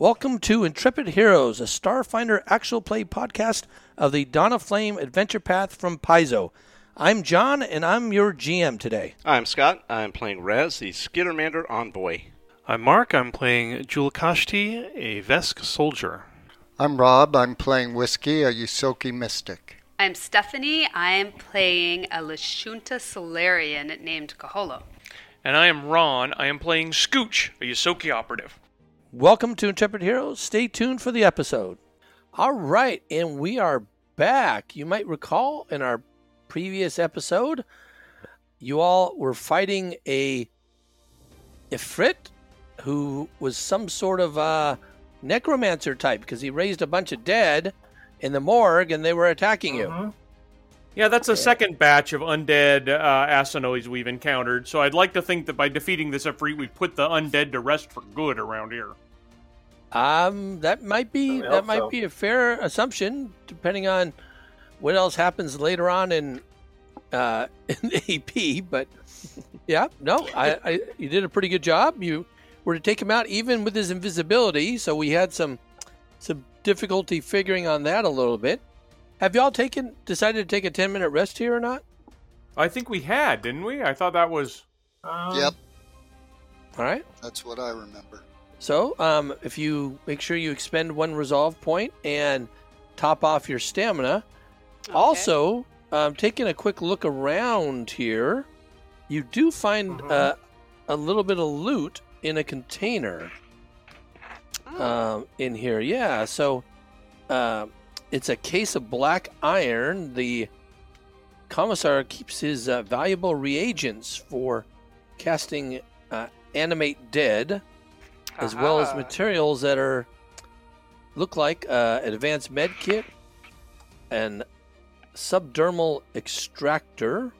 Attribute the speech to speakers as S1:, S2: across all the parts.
S1: Welcome to Intrepid Heroes, a Starfinder actual play podcast of the Donna Flame Adventure Path from Paizo. I'm John, and I'm your GM today.
S2: I'm Scott. I'm playing Rez, the Skittermander Envoy.
S3: I'm Mark. I'm playing Julakashti, a Vesk soldier.
S4: I'm Rob. I'm playing Whiskey, a Yusoki mystic.
S5: I'm Stephanie. I'm playing a Lashunta Solarian named Kaholo.
S6: And I am Ron. I am playing Scooch, a Yosoki operative.
S1: Welcome to Intrepid Heroes. Stay tuned for the episode. All right, and we are back. You might recall in our previous episode, you all were fighting a Ifrit who was some sort of a necromancer type because he raised a bunch of dead in the morgue and they were attacking you.
S6: Yeah, that's the second batch of undead uh, Asinois we've encountered, so I'd like to think that by defeating this Efreet, we put the undead to rest for good around here.
S1: Um, that might be
S7: I
S1: that
S7: hope
S1: might
S7: so.
S1: be a fair assumption, depending on what else happens later on in uh, in AP. But yeah, no, I, I you did a pretty good job. You were to take him out even with his invisibility, so we had some some difficulty figuring on that a little bit. Have y'all taken decided to take a ten minute rest here or not?
S6: I think we had, didn't we? I thought that was.
S7: Um,
S4: yep,
S1: All right.
S4: that's what I remember.
S1: So, um, if you make sure you expend one resolve point and top off your stamina. Also, um, taking a quick look around here, you do find uh, a little bit of loot in a container um, in here. Yeah, so uh, it's a case of black iron. The commissar keeps his uh, valuable reagents for casting uh, animate dead, as well as
S2: Aha.
S1: materials that are look like uh, advanced med kit and subdermal extractor.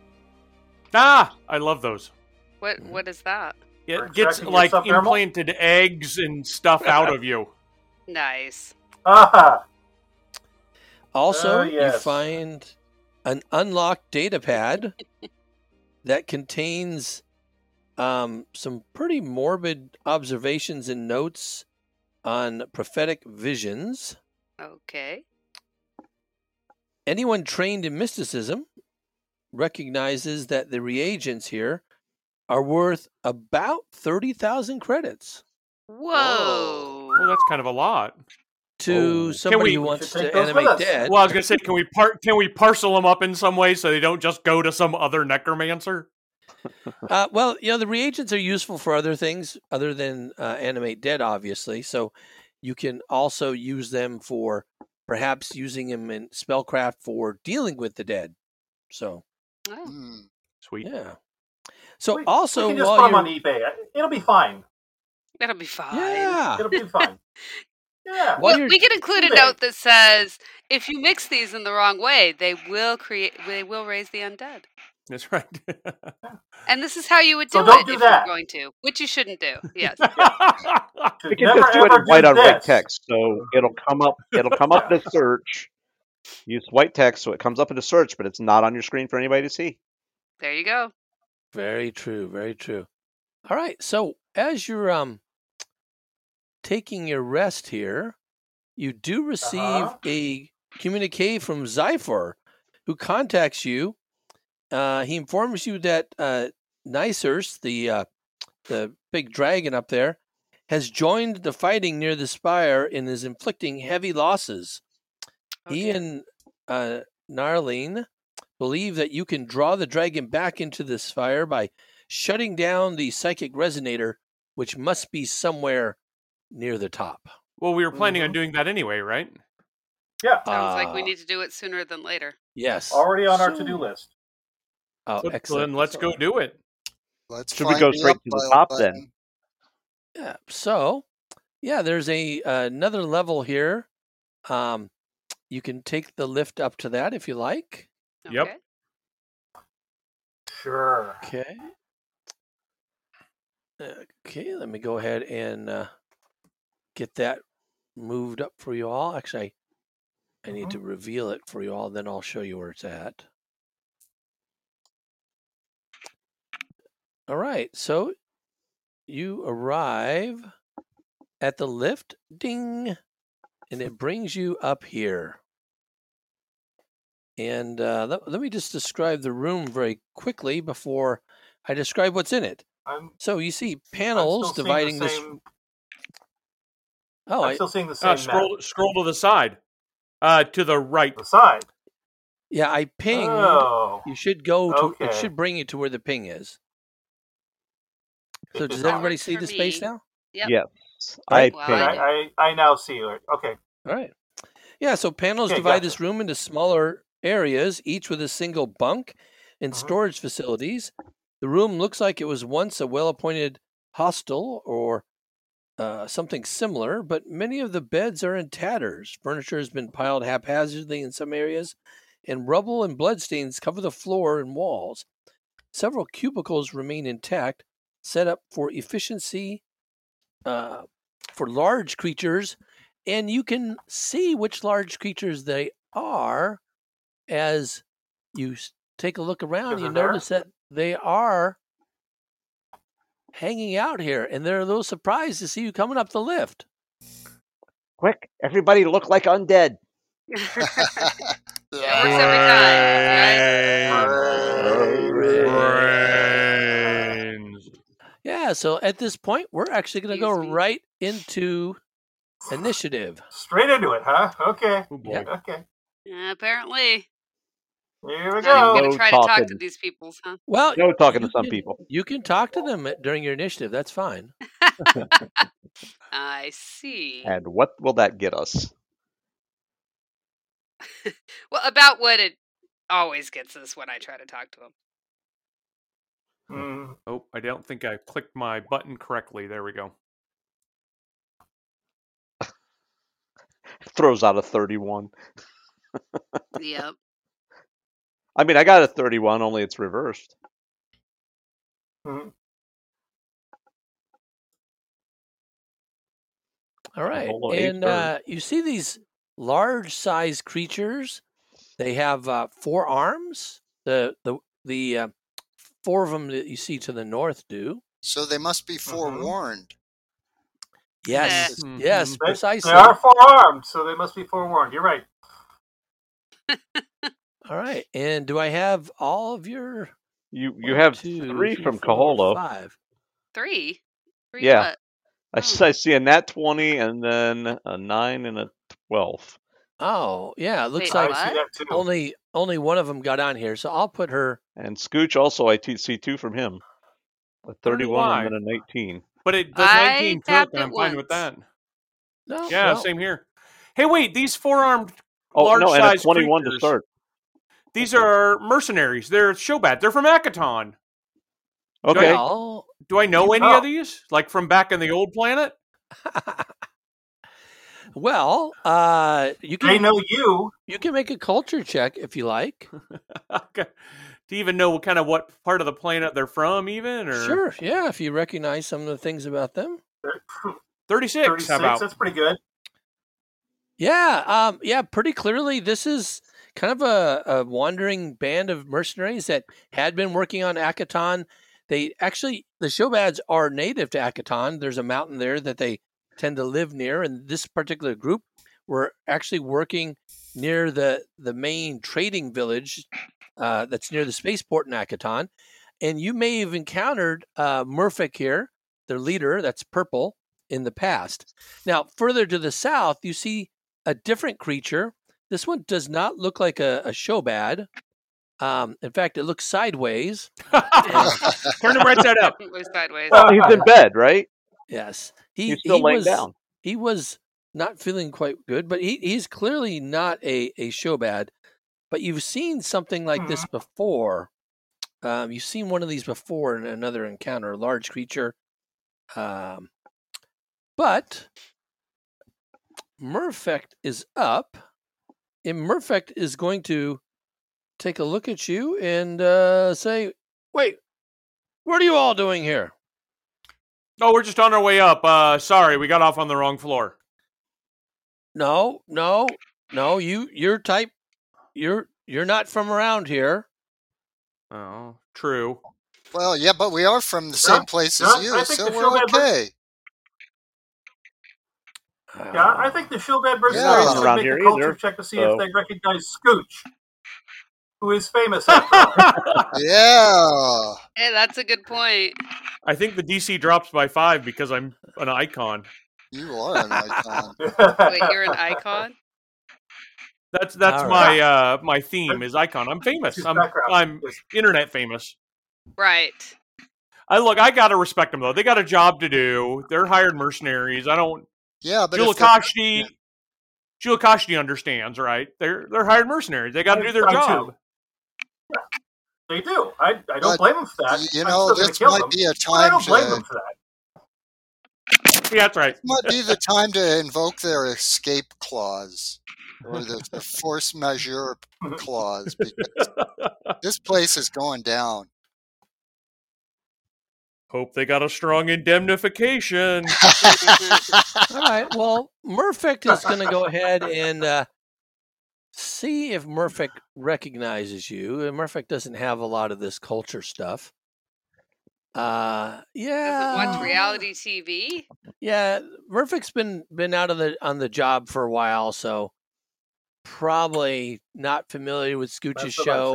S6: Ah! I love those.
S1: Hmm.
S8: What what is that?
S6: It
S7: For
S6: gets
S7: extracting
S6: like
S7: yourself, Ermal?
S6: implanted eggs and stuff out of you.
S8: Nice.
S7: Aha!
S1: Also,
S7: Oh,
S1: you
S7: yes.
S1: find an unlocked data pad that contains um, some pretty morbid observations and notes on prophetic visions.
S8: Okay.
S1: Anyone trained in mysticism recognizes that the reagents here are worth about 30,000 credits
S8: Whoa.
S6: Well, that's kind of a lot.
S1: to
S6: Oh. Can
S1: somebody
S6: we-
S1: who
S6: we
S1: wants
S7: should take
S1: to
S7: those with
S1: animate
S7: us.
S1: dead.
S6: Well, I was gonna say, can we part? Can we parcel them up in some way so they don't just go to some other necromancer?
S1: Uh, well, you know, the reagents are useful for other things other than uh, animate dead, obviously. So you can also use them for perhaps using them in spellcraft for dealing with the dead. So
S8: Oh.
S4: Hmm.
S6: Sweet.
S1: yeah. So
S7: We-
S1: also
S7: we can just
S1: while
S7: put 'em
S1: you're-
S7: on eBay. It'll be fine.
S8: That'll be fine.
S1: yeah,
S7: It'll be fine.
S1: While
S7: Yeah.
S8: Well,
S1: you're-
S8: we can include a
S7: Someday.
S8: note that says if you mix these in the wrong way, they will create they will raise the undead.
S6: That's right.
S8: And this is how you would do
S7: So
S8: it
S7: don't do
S8: if
S7: that.
S8: you're going to, which you shouldn't do. Yes.
S7: Should
S9: We can
S7: never,
S9: just do it
S7: ever
S9: in white on white
S7: this.
S9: text, so it'll come up. It'll come up in a search. Use white text, so it comes up in a search, but it's not on your screen for anybody to see.
S8: there you go.
S1: very true, very true. All right. So as you're um taking your rest here, you do receive
S7: Uh-huh.
S1: a communique from Zyphor, who contacts you. Uh, he informs you that uh, Nicers, the uh, the big dragon up there, has joined the fighting near the spire and is inflicting heavy losses.
S8: Oh,
S1: he
S8: dear.
S1: and uh, Narlene believe that you can draw the dragon back into the spire by shutting down the psychic resonator, which must be somewhere near the top.
S6: well, we were planning on doing that anyway, right?
S7: Yeah.
S8: Sounds like we
S1: Uh,
S8: need to do it sooner than later.
S1: Yes.
S7: Already on our
S1: So-
S7: to-do list.
S1: Oh,
S6: So
S1: excellent.
S6: Then let's go do it.
S4: Let's
S9: Should we
S4: find
S9: go
S4: the
S9: straight to the
S4: up
S9: top,
S4: button.
S9: then?
S1: Yeah. So, yeah, there's a uh, another level here. Um, you can take the lift up to that if you like.
S6: Yep.
S8: Okay.
S7: Sure.
S1: Okay. Okay, let me go ahead and uh, get that moved up for you all. Actually, I, I need to reveal it for you all, then I'll show you where it's at. All right, so you arrive at the lift, ding, and it brings you up here. And uh, let, let me just describe the room very quickly before I describe what's in it.
S7: I'm,
S1: So you see
S7: I'm
S1: panels
S7: still seeing
S1: dividing
S7: the
S1: this.
S7: same,
S1: Oh,
S7: I'm
S1: I,
S7: still
S9: Ah,
S7: seeing the same
S6: Uh,
S7: map.
S6: scroll, scroll to the side. Uh, to the right.
S7: The side.
S1: yeah, I pinged.
S7: Oh,
S1: You should go to. It
S7: Okay.
S1: should bring you to where the ping is. So
S7: It
S1: does
S7: did not.
S1: everybody see
S8: For
S1: the space
S8: me.
S1: now?
S8: Yep.
S9: Yes. I
S8: Right. Wow.
S9: ping.
S8: Right.
S7: I, I, I now see it. Okay.
S1: All right. Yeah, so panels
S7: Okay,
S1: divide
S7: gotcha.
S1: this room into smaller areas, each with a single bunk and
S7: Mhm.
S1: storage facilities. The room looks like it was once a well appointed hostel or uh, something similar, but many of the beds are in tatters. Furniture has been piled haphazardly in some areas, and rubble and bloodstains cover the floor and walls. Several cubicles remain intact, set up for efficiency uh, for large creatures and you can see which large creatures they are as you s- take a look around.
S7: Is
S8: Uh-huh.
S1: You
S7: it there?
S1: notice that they are hanging out here, and they're a little surprised to see you coming up the lift.
S9: Quick, everybody look like undead.
S8: It works every time. Right?
S6: Brains.
S1: Yeah, so at this point, we're actually going to go
S8: Excuse me?
S1: right into initiative.
S7: Straight into it, huh? Okay.
S6: Oh boy.
S9: Hmm.
S1: Yeah.
S7: Okay.
S8: Yeah, apparently.
S7: Here we
S8: Now you're
S7: go.
S8: gonna
S9: No
S8: try to talk to
S9: talking.
S8: these peoples, huh?
S1: Well,
S9: No talking to
S1: you
S9: some
S1: can-
S9: people.
S1: You can talk to them at- during your initiative. That's fine.
S8: I see.
S9: And what will that get us?
S8: Well, about what it always gets us when I try to talk to them.
S7: Mm,
S6: Oh, I don't think I clicked my button correctly. There we go.
S9: Throws out a 31.
S8: Yep.
S9: I mean, I got a 31, only it's reversed.
S7: mm.
S1: All right.
S9: whole eight
S1: And
S9: birds.
S1: uh, you see these large sized creatures. They have uh, four arms. The the the uh, four of them that you see to the north do.
S10: So they must be forewarned.
S1: Yes.
S8: Yes.
S1: Yes,
S7: They,
S1: precisely.
S7: they are forearmed, so they must be forewarned. You're right.
S1: All right. And do I have all of your
S9: You you
S1: one,
S9: have
S1: two,
S9: three from
S1: four,
S9: Kaholo.
S1: Five.
S8: Three. Three
S9: Yeah.
S8: what?
S9: I, s- I see a nat 20 and then a 9 and a 12.
S1: Oh, yeah, it looks
S8: Wait,
S1: like
S8: what?
S7: I see that too.
S1: only only one of them got on here. So I'll put her
S9: And Scooch also, I t- see two from him. A 31
S6: why.
S9: and then a 19.
S6: But it the
S8: I
S6: 19 took,
S8: tapped
S6: and
S8: it
S6: I'm fine with that.
S8: once. Oh,
S1: No.
S6: Yeah,
S1: no.
S6: same here. Hey, wait, these four armed
S9: Oh,
S6: large
S9: no, and a
S6: sized
S9: 21
S6: creatures.
S9: to start.
S6: These are mercenaries. They're Shobat. They're from Akaton.
S9: Okay.
S1: Well,
S6: Do I know any
S7: Oh.
S6: of these? Like from back in the old planet?
S1: well, uh, you
S7: They
S1: can
S7: know you.
S1: you can make a culture check if you like.
S6: Okay. Do you even know what kind of what part of the planet they're from, even? Or
S1: Sure, yeah, if you recognize some of the things about them.
S7: They're
S6: 36,
S7: 36.
S6: How about?
S7: That's pretty good.
S1: Yeah, um, yeah, pretty clearly this is kind of a, a wandering band of mercenaries that had been working on Akaton. They actually the Shobads are native to Akaton. There's a mountain there that they tend to live near, and this particular group were actually working near the the main trading village uh, that's near the spaceport in Akaton. And you may have encountered uh, Murfik here, their leader, that's purple, in the past. Now, further to the south, you see a different creature. This one does not look like a, a showbad. Um, in fact, it looks sideways.
S6: Turn them right side up.
S8: We're sideways.
S7: Well,
S9: Oh, He's in bed, right?
S1: Yes, he
S9: He's still
S1: he
S9: laying
S1: was,
S9: down.
S1: He was not feeling quite good, but he, he's clearly not a a showbad. But you've seen something like this
S9: Mm-hmm.
S1: before. Um, you've seen one of these before in another encounter, a large creature. Um, but Murfect is up, and Murfect is going to take a look at you and uh, say, "Wait, what are you all doing here?"
S6: No, Oh, we're just on our way up. Uh, sorry, we got off on the wrong floor.
S1: No, no, no. You, your type, you're you're not from around here.
S6: Oh, true.
S10: Well, yeah, but we are from the same place as
S7: John,
S10: you,
S7: I think
S10: so
S7: the
S10: we're
S7: showman-
S10: okay.
S7: Yeah, I think the Shield Adversaries
S10: Yeah.
S7: should
S9: Uh, Around
S7: make
S9: here
S7: a culture
S9: either,
S7: check to see
S9: so.
S7: if they recognize Scooch, who is famous. After all.
S10: Yeah.
S8: Hey, that's a good point.
S6: I think the DC drops by five because I'm an icon.
S10: You are an icon.
S8: Wait, you're an icon?
S6: That's that's
S1: All right.
S6: my uh, my theme is icon. I'm famous.
S7: His
S6: I'm
S7: background
S6: I'm
S7: is-
S6: internet famous.
S8: Right.
S6: I look. I gotta respect them though. They got a job to do. They're hired mercenaries. I don't.
S10: Yeah, but if the-
S6: Julakashti. Julakashti understands, right? They're they're hired mercenaries. They got to
S7: I-
S6: do their
S7: I do.
S6: job.
S7: they do. I, I
S10: But
S7: don't blame them for that.
S10: you
S7: I'm
S10: know
S7: still gonna
S10: this
S7: kill
S10: might
S7: them,
S10: be a
S7: but I
S10: time
S7: don't blame
S10: to
S7: them for that.
S6: Yeah, that's right.
S10: might be the time to invoke their escape clause or the, the force majeure clause because this place is going down.
S6: Hope they got a strong indemnification.
S1: All right. Well, Murphick is going to go ahead and uh, see if Murphick recognizes you. And Murphick doesn't have a lot of this culture stuff. Uh, yeah.
S8: Doesn't watch reality TV.
S1: Yeah, Murphick's been been out of the on the job for a while, so probably not familiar with
S7: That's
S1: Scooch's
S7: what I'm
S1: show.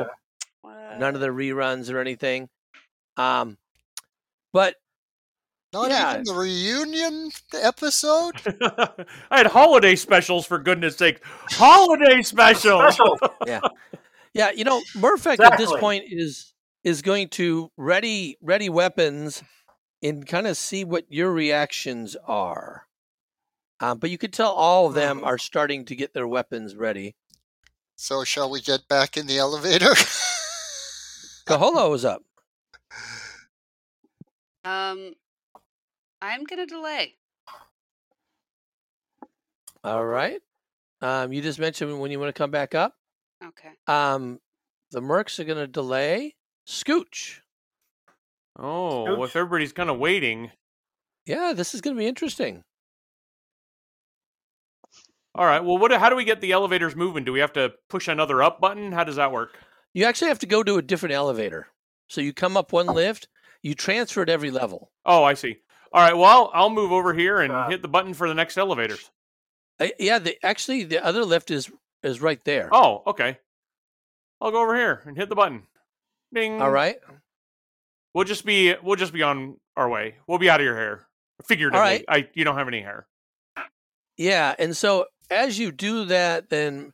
S7: saying.
S1: None of the reruns or anything. Um, but
S10: Not
S1: Yeah.
S10: even the reunion episode?
S6: I had holiday specials for goodness sake. Holiday specials.
S7: Special.
S1: Yeah, you know, Murphick at this
S7: Exactly.
S1: point is is going to ready ready weapons and kind of see what your reactions are. Um, but you could tell all of them are starting to get their weapons ready.
S10: So shall we get back in the elevator?
S1: Kaholo is up.
S8: Um, I'm gonna delay.
S1: All right. Um, you just mentioned when you want to come back up.
S8: Okay.
S1: Um, the mercs are going to delay. Scooch.
S6: Oh, well, if everybody's kind of waiting.
S1: Yeah, this is going to be interesting.
S6: All right. Well, what? How do we get the elevators moving? Do we have to push another up button? How does that work?
S1: You actually have to go to a different elevator. So you come up one lift, you transfer at every level.
S6: Oh, I see. All right. Well, I'll, I'll move over here and
S7: Uh,
S6: hit the button for the next elevators.
S1: Uh, yeah, the, actually, the other lift is is right there.
S6: Oh, okay. I'll go over here and hit the button. Ding.
S1: All right,
S6: We'll just be we'll just be on our way. We'll be out of your hair. Figuratively,
S1: right.
S6: I you don't have any hair.
S1: yeah. And so as you do that, then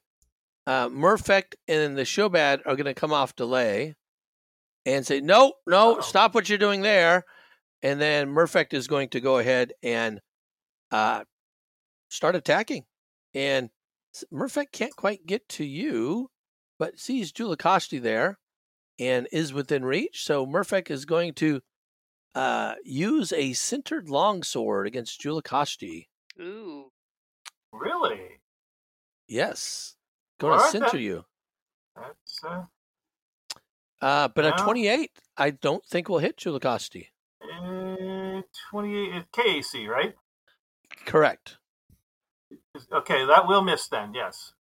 S1: uh, Murfect and the Shobad are going to come off delay and say, "No, no,
S7: Uh-oh.
S1: stop what you're doing there." And then Murfect is going to go ahead and uh, start attacking. And s- Murfect can't quite get to you, but sees Julakashti there and is within reach. So Murfect is going to uh, use a centered longsword against Julakashti.
S8: Ooh.
S7: Really?
S1: Yes, going to
S7: Alright
S1: center
S7: then.
S1: you.
S7: That's uh,
S1: Uh, but a
S7: Yeah.
S1: 28, I don't think will hit Julakasti.
S7: uh, 28 KAC, right?
S1: Correct.
S7: Okay, that will miss then. Yes.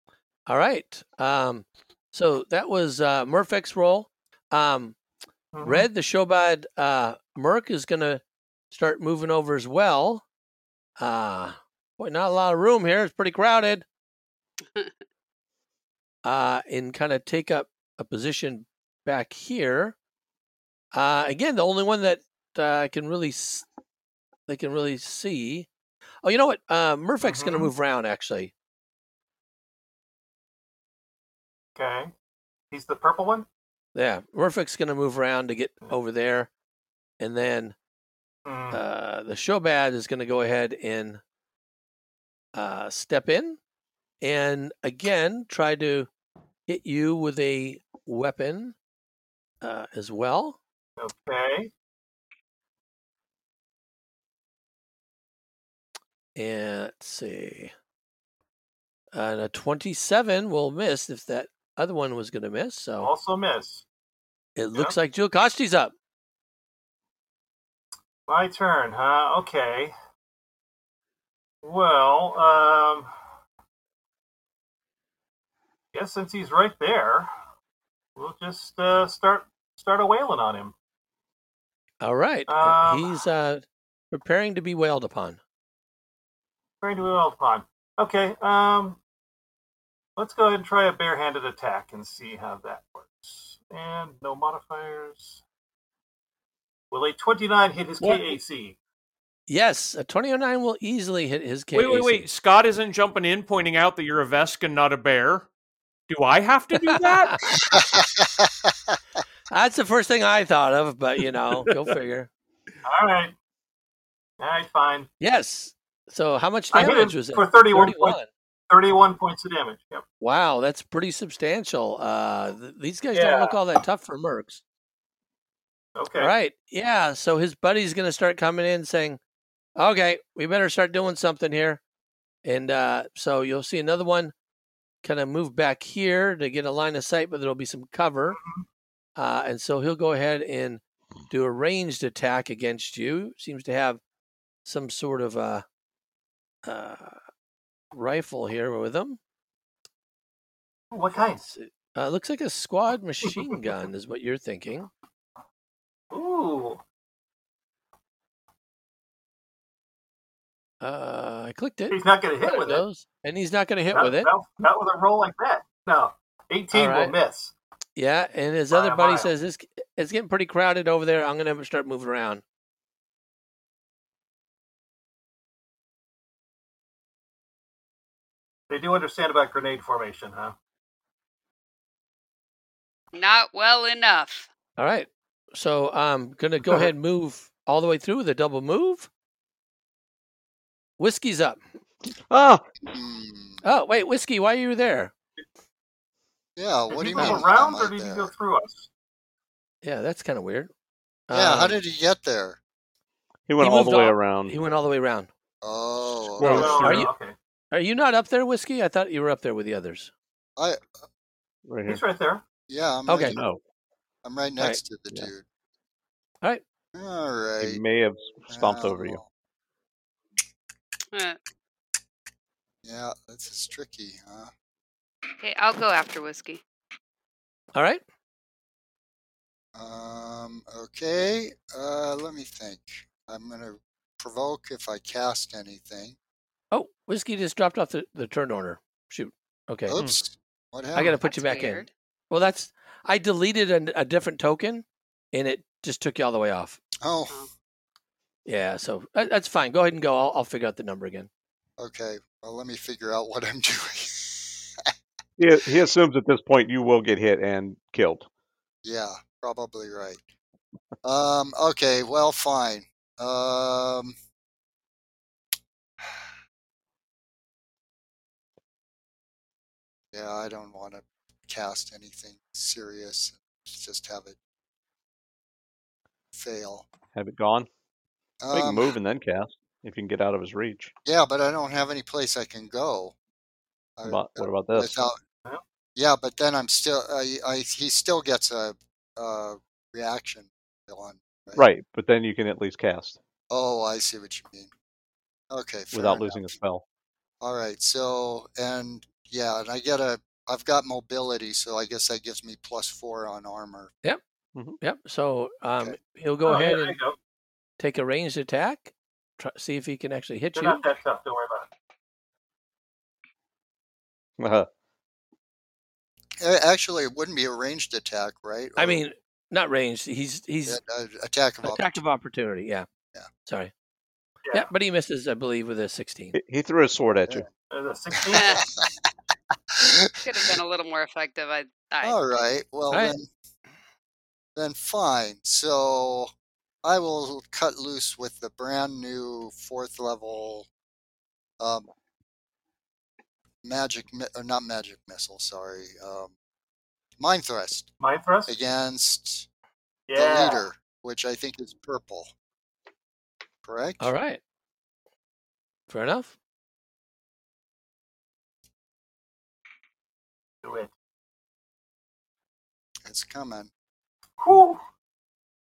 S1: All right. Um, so that was uh, Murphic's roll. Um,
S7: Mhm.
S1: Red, the Shobad uh, Merc is going to start moving over as well. Uh, boy, not a lot of room here. It's pretty crowded. uh, and kind of take up a position back here. Uh, again, the only one that uh, can really s- they can really see. Oh, you know what? Uh, Murphic's going to
S7: Mhm.
S1: move round actually.
S7: Okay. He's the purple one.
S1: Yeah, Murphic's going to move around to get over there, and then
S7: Mm.
S1: uh, the Shobad is going to go ahead and uh, step in, and again try to hit you with a weapon uh, as well.
S7: okay.
S1: And let's see, and a twenty-seven will miss if that other one was going to miss. So
S7: Also miss.
S1: it looks like Jewel Kosti's up.
S7: My turn, huh? Okay. Well, um, guess since he's right there, we'll just uh, start start a wailing on him.
S1: All right,
S7: Um,
S1: he's uh, preparing to be wailed upon.
S7: Trying to evolve climb. Okay, um, let's go ahead and try a barehanded attack and see how that works. And no modifiers. Will a 29 hit his
S6: What?
S7: KAC?
S1: Yes, a 29 will easily hit his KAC.
S6: Wait, wait, wait. Scott isn't jumping in, pointing out that you're a Vesk and not a bear. Do I have to do that?
S1: That's the first thing I thought of, but you know, go figure.
S7: All right. All right, fine.
S1: Yes. So how much
S7: I hit
S1: damage
S7: him
S1: was it?
S7: for 31 points. 31 points of damage. Yep.
S1: Wow, that's pretty substantial. Uh, th- these guys
S7: Yeah.
S1: don't look all that tough for mercs.
S7: Okay.
S1: All right. Yeah. So his buddy's going to start coming in saying, okay, we better start doing something here. And uh, so you'll see another one kind of move back here to get a line of sight, but there'll be some cover. Uh, and so he'll go ahead and do a ranged attack against you. Seems to have some sort of uh, uh, rifle here with him.
S7: What kind?
S1: It's- Uh, looks like a squad machine gun is what you're thinking.
S7: Ooh.
S1: Uh, I clicked it.
S7: He's not going to
S1: There
S7: hit
S1: it
S7: with it.
S1: goes. And he's not going to hit
S7: Not,
S1: with it.
S7: not- not with a roll like that. No. 18
S1: All
S7: will miss.
S1: Yeah, and his
S7: By
S1: other
S7: a
S1: buddy
S7: mile.
S1: says this it's getting pretty crowded over there. I'm going to start moving around.
S7: They do understand about grenade formation, huh?
S8: Not well enough.
S1: All right. So I'm going to go ahead and move all the way through with a double move. Whiskey's up.
S9: Ah,
S10: Hmm.
S1: Oh, wait, Whiskey, why are you there?
S10: Yeah,
S7: Did
S10: what do
S7: he
S10: you
S7: move
S10: mean?
S7: around
S10: am I
S7: or did he
S10: there?
S7: go through us?
S1: Yeah, that's kind of weird.
S10: Yeah, how
S1: Um,
S10: did he get there?
S9: he went
S1: He
S9: all the
S1: moved
S9: way
S1: all-
S7: Hmm.
S9: around.
S1: He went all the way around.
S10: Oh,
S9: Well,
S10: okay.
S9: it's
S7: Oh,
S1: Are
S7: no,
S1: you-
S7: okay.
S1: Are you not up there, Whiskey? I thought you were up there with the others.
S10: I
S9: Right here.
S7: He's right there.
S10: yeah, I'm
S1: Okay.
S10: Right,
S9: No,
S10: I'm right next to the
S9: Yeah.
S10: dude.
S1: All right.
S10: All right.
S9: he may have stomped over you.
S10: Wow.
S8: Uh,
S10: Yeah, this is tricky, huh?
S8: Okay, I'll go after whiskey.
S1: All right.
S10: Um, okay. Uh, let me think. I'm gonna provoke if I cast anything.
S1: Oh, Whiskey just dropped off the, the turn order. Shoot. Okay. Hmm.
S10: Oops. What happened?
S1: I got to put you
S8: That's
S1: back in.
S8: weird.
S1: Well, that's I deleted a, a different token, and it just took you all the way off.
S10: Oh,
S1: Yeah, so that, that's fine. Go ahead and go. I'll, I'll figure out the number again.
S10: okay. Well, let me figure out what I'm doing.
S9: He, he assumes at this point you will get hit and killed.
S10: yeah, probably right. Um, okay. Well, fine. Um, yeah, I don't want to cast anything serious. Just have it fail.
S9: Have it gone. I can
S10: Um,
S9: move and then cast if you can get out of his reach.
S10: Yeah, but I don't have any place I can go. I- uh,
S9: But what about this?
S10: without. Yeah, but then I'm still. I, I he still gets a, a reaction on.
S9: Right, but then you can at least cast
S10: Oh, I see what you mean. Okay. Fair
S9: without
S10: enough.
S9: losing a spell.
S10: All right. So and yeah, and I get a. I've got mobility, so I guess that gives me plus four on armor.
S1: Yep. So um,
S10: Okay.
S1: he'll go
S7: Oh,
S1: ahead
S7: yeah, there you
S1: and
S7: go.
S1: take a ranged attack. Try, see if he can actually hit
S7: They're
S1: you.
S7: not that tough. Don't worry about it.
S10: A- Actually, it wouldn't be a ranged attack, right?
S1: I
S10: Or-
S1: mean, not ranged. He's he's
S10: Yeah, a- attack of
S1: attack of opportunity. Yeah.
S10: Yeah.
S1: Sorry.
S7: Yeah.
S1: Yeah, but he misses, I believe, with a sixteen.
S9: He- he threw his sword at you.
S7: There's a 16.
S8: Eh,
S10: opportunity.
S8: Could have been a little more effective. I, I
S10: All right. Well,
S1: All right.
S10: then, then fine. So I will cut loose with the brand new fourth level um, magic, mi- or not magic missile. Sorry, um, mind thrust
S7: Mind thrust?
S10: against the
S7: Yeah.
S10: leader, which I think is purple. Correct.
S1: All right. Fair enough.
S7: Do it.
S10: It's coming.
S7: Whew.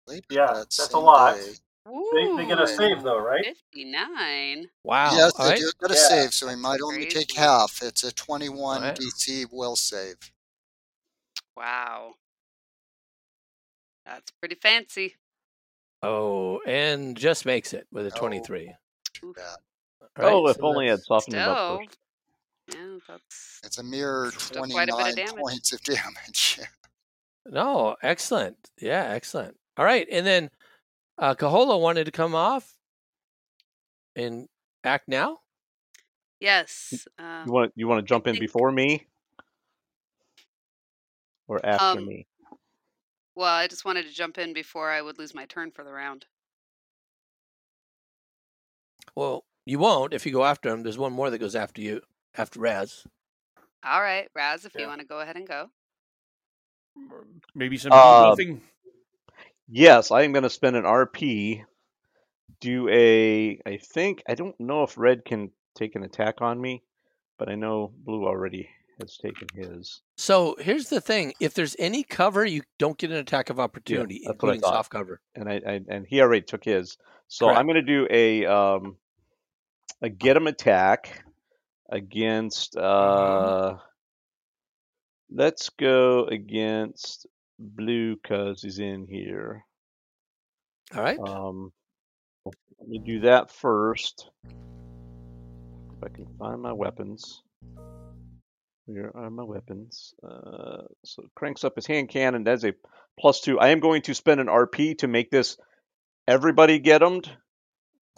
S10: Later
S7: Yeah,
S10: that
S7: that's a
S10: same
S7: lot.
S10: day.
S7: Oh, They, they get a save, though, right?
S8: 59.
S1: Wow.
S10: Yes,
S1: All
S10: they
S1: right.
S10: do got to
S7: Yeah.
S10: save, so he
S8: That's
S10: might only take
S8: crazy.
S10: half. It's a 21
S1: Alright.
S10: DC will save.
S8: Wow. That's pretty fancy.
S1: Oh, and just makes it with a
S10: Oh.
S1: twenty-three.
S10: Too bad.
S1: All right,
S9: oh, if
S1: so
S9: only I had
S1: that's-
S9: softened it up
S8: Still.
S9: first.
S8: Yeah, that's
S10: It's a mere
S8: Still quite a bit of
S10: 29
S8: damage.
S10: points of damage.
S1: No, excellent. Yeah, excellent. All right, and then uh, Kahola wanted to come off and act now.
S8: yes. Uh,
S9: You want you want to jump in
S8: think-
S9: before me or after
S8: Um,
S9: me?
S8: well, I just wanted to jump in before I would lose my turn for the round.
S1: Well, you won't if you go after him. There's one more that goes after you, after Raz.
S8: All right, Raz, if
S6: Yeah.
S8: you want to go ahead and go.
S6: Maybe some
S9: Uh,
S6: debuffing.
S9: Yes, I am going to spend an RP. Do a I think I don't know if red can take an attack on me, but I know blue already has taken his.
S1: So here's the thing: if there's any cover, you don't get an attack of opportunity,
S9: that's what I
S1: including
S9: thought.
S1: soft cover.
S9: and I, I and he already took his. So
S1: Correct.
S9: I'm going to do a um a get him attack against uh let's go against blue cuz he's in here.
S1: All right.
S9: Um let me do that first. If I can find my weapons. Where are my weapons? Uh, so cranks up his hand cannon. That's a plus two. I am going to spend an RP to make this everybody get 'em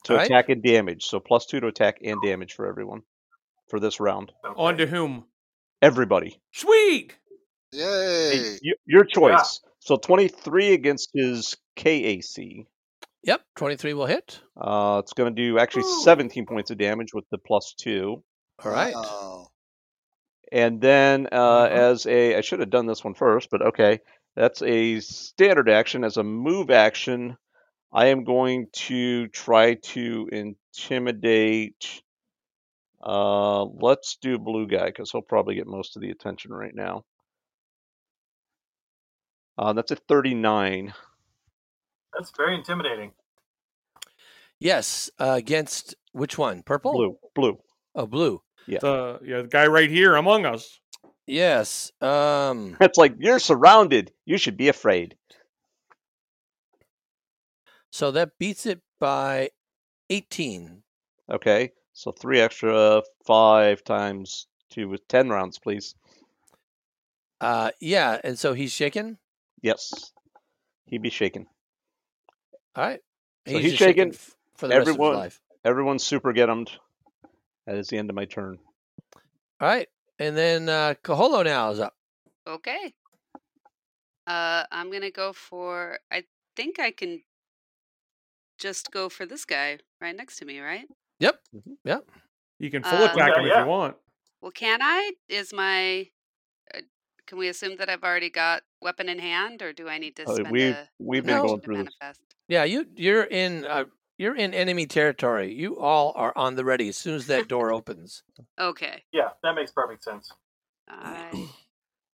S9: to
S1: Alright.
S9: attack and damage. So plus two to attack and damage for everyone for this round.
S7: Okay.
S6: On to whom?
S9: Everybody.
S6: Sweet.
S9: Hey,
S10: Yay!
S9: y- your choice. So 23 against his KAC.
S1: Yep, 23 will hit.
S9: Uh, it's going to do actually
S6: Ooh.
S9: 17 points of damage with the plus two.
S1: All right.
S9: uh,
S10: Wow.
S9: And then uh,
S1: Mhm.
S9: as a, I should have done this one first, but okay. That's a standard action. As a move action, I am going to try to intimidate. Uh, let's do blue guy because he'll probably get most of the attention right now. Uh, that's a 39.
S7: That's very intimidating.
S1: Yes, uh, against which one? Purple?
S9: Blue, blue.
S1: Oh, blue.
S6: The yeah, the guy right here among us.
S1: Yes. Um,
S9: It's like you're surrounded. You should be afraid.
S1: so that beats it by 18.
S9: Okay, so three extra, five times two with 10 rounds, please.
S1: Uh, yeah, and so he's shaken.
S9: Yes, he'd be shaken.
S1: All right.
S9: So he's
S1: just shaken
S9: shaken.
S1: f- for the rest of
S9: Everyone-
S1: his life.
S9: Everyone's super get 'em'd. That is the end of my turn.
S1: All right. And then uh, Kaholo now is up.
S8: Okay. Uh, I'm gonna go for. I think I can just go for this guy right next to me, right?
S6: You can full
S8: Uh,
S6: attack
S7: Yeah,
S6: him
S7: yeah.
S6: if you want.
S8: Well, can I? Is my? uh, Can we assume that I've already got weapon in hand, or do I need to
S9: Uh,
S8: spend
S9: we've
S8: a
S9: we've
S8: an
S9: been
S1: No.
S8: action
S9: going
S8: to
S9: through this.
S8: manifest?
S1: Yeah, you you're in uh, you're in enemy territory. You all are on the ready as soon as that door opens.
S8: Okay.
S7: Yeah, that makes perfect sense.
S8: I,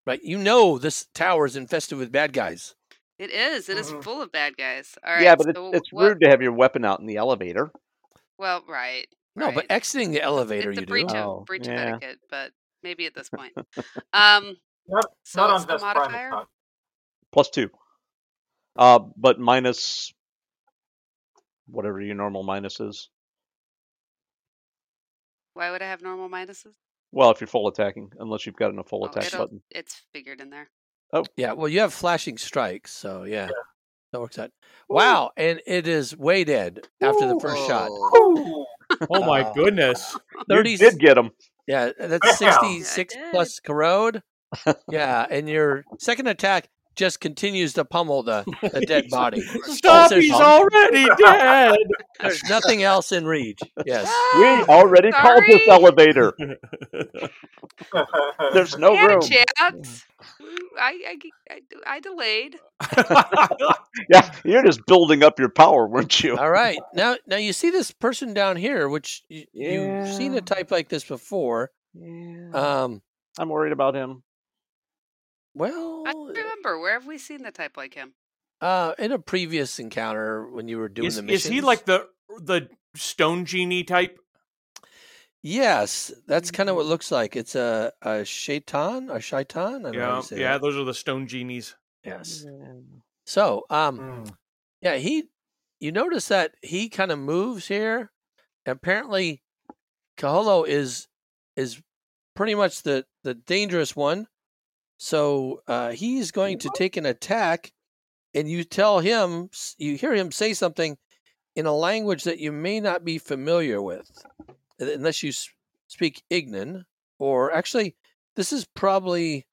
S1: Right? You know this tower is infested with bad guys.
S8: it is. It is
S7: Mhm.
S8: full of bad guys. All right.
S9: Uh-huh. yeah, but it's,
S8: so
S9: it's
S8: what-
S9: rude to have your weapon out in the elevator.
S8: Well, right.
S1: No, but
S8: right.
S1: exiting the elevator
S8: it's a
S1: you
S8: breach
S1: do.
S8: of
S9: Oh,
S8: breach
S9: yeah.
S8: of etiquette, but maybe at this point. Um,
S7: Not-
S8: so
S7: Not
S8: it's
S7: on
S8: the
S7: Vest Prime.
S8: modifier.
S7: It's not.
S9: Plus two, uh, but minus whatever your normal minus is.
S8: Why would I have normal minuses?
S9: Well, if you're full attacking, unless you've got a full
S8: Oh,
S9: attack
S8: it'll-
S9: button.
S8: It's figured in there.
S1: Yeah, well you have flashing strikes, so yeah. That works out. Wow, and it is way dead after the first shot.
S10: Whoa.
S7: Ooh,
S6: Oh my
S1: Uh,
S6: goodness.
S9: You
S1: 30
S9: did get him.
S1: Yeah, uh, that's
S7: Yeah, I
S1: 66
S8: did.
S1: plus corrode. Yeah, and your second attack just continues to pummel the, the dead body.
S6: Stop!
S1: There's-
S6: He's already dead.
S1: There's nothing else in reach. Yes.
S9: We
S8: Ah,
S9: already called this
S8: sorry.
S9: elevator. There's no
S8: I had a
S9: room. Mm.
S8: chance. Ooh, I, I g- I d- I delayed.
S9: Yeah, you're just building up your power, weren't you?
S1: All right. Now now you see this person down here which you, you've seen
S9: Yeah.
S1: a type like this before.
S9: Yeah.
S1: Um
S9: I'm worried about him.
S8: I
S1: well,
S8: don't remember. Where have we seen the type like him?
S1: uh in a previous encounter when you were doing
S6: is,
S1: the
S6: is
S1: mission.
S6: he like the the stone genie type?
S1: Yes, that's kind of what it looks like. It's a a shaitan, a shaitan, I don't know how
S6: Yeah,
S1: you say
S6: yeah.
S1: that.
S6: Those are the stone genies.
S9: Mm-hmm.
S1: Yes. So, um
S7: Hmm.
S1: Yeah, he. You notice that he kind of moves here. Apparently, Kaholo is is pretty much the the dangerous one. So uh, he's going to take an attack, and you tell him you hear him say something in a language that you may not be familiar with, unless you s- speak Ignan or actually this is probably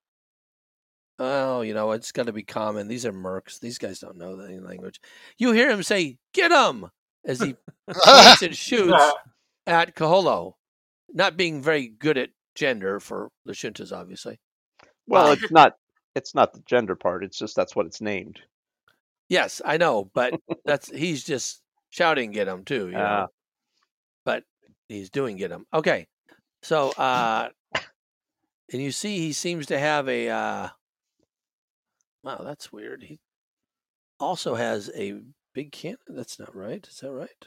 S1: oh you know it's got to be common. These are mercs. These guys don't know any language. You hear him say "get 'em" as he points and shoots at Kaholo, not being very good at gender for the Shintas, obviously.
S9: Well, it's not. It's not the gender part. It's just that's what it's named.
S1: Yes, I know, but that's he's just shouting "get 'em" too, you know.
S9: Ah.
S1: But he's doing "get 'em." Okay, so uh, and you see, he seems to have a uh, wow, that's weird. He also has a big cannon. That's not right. Is that right?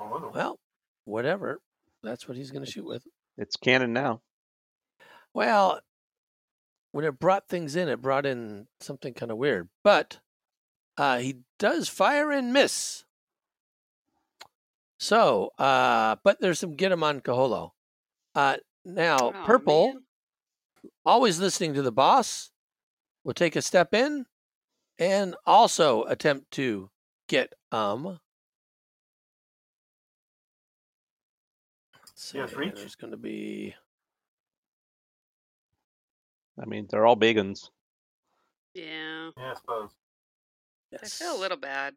S7: Oh,
S1: Well, whatever. That's what he's going to shoot with.
S9: It's canon now.
S1: Well, when it brought things in, it brought in something kind of weird. But uh, he does fire and miss. So, uh, but there's some get him on Caholo. Uh, now,
S8: Aw,
S1: Purple,
S8: Oh, man.
S1: always listening to the boss, will take a step in and also attempt to get um. Let's see,
S7: Yes, reach.
S1: There's going to be
S9: I mean, they're all big uns.
S8: Yeah.
S7: yeah, I suppose.
S8: I
S1: yes.
S8: feel a little bad.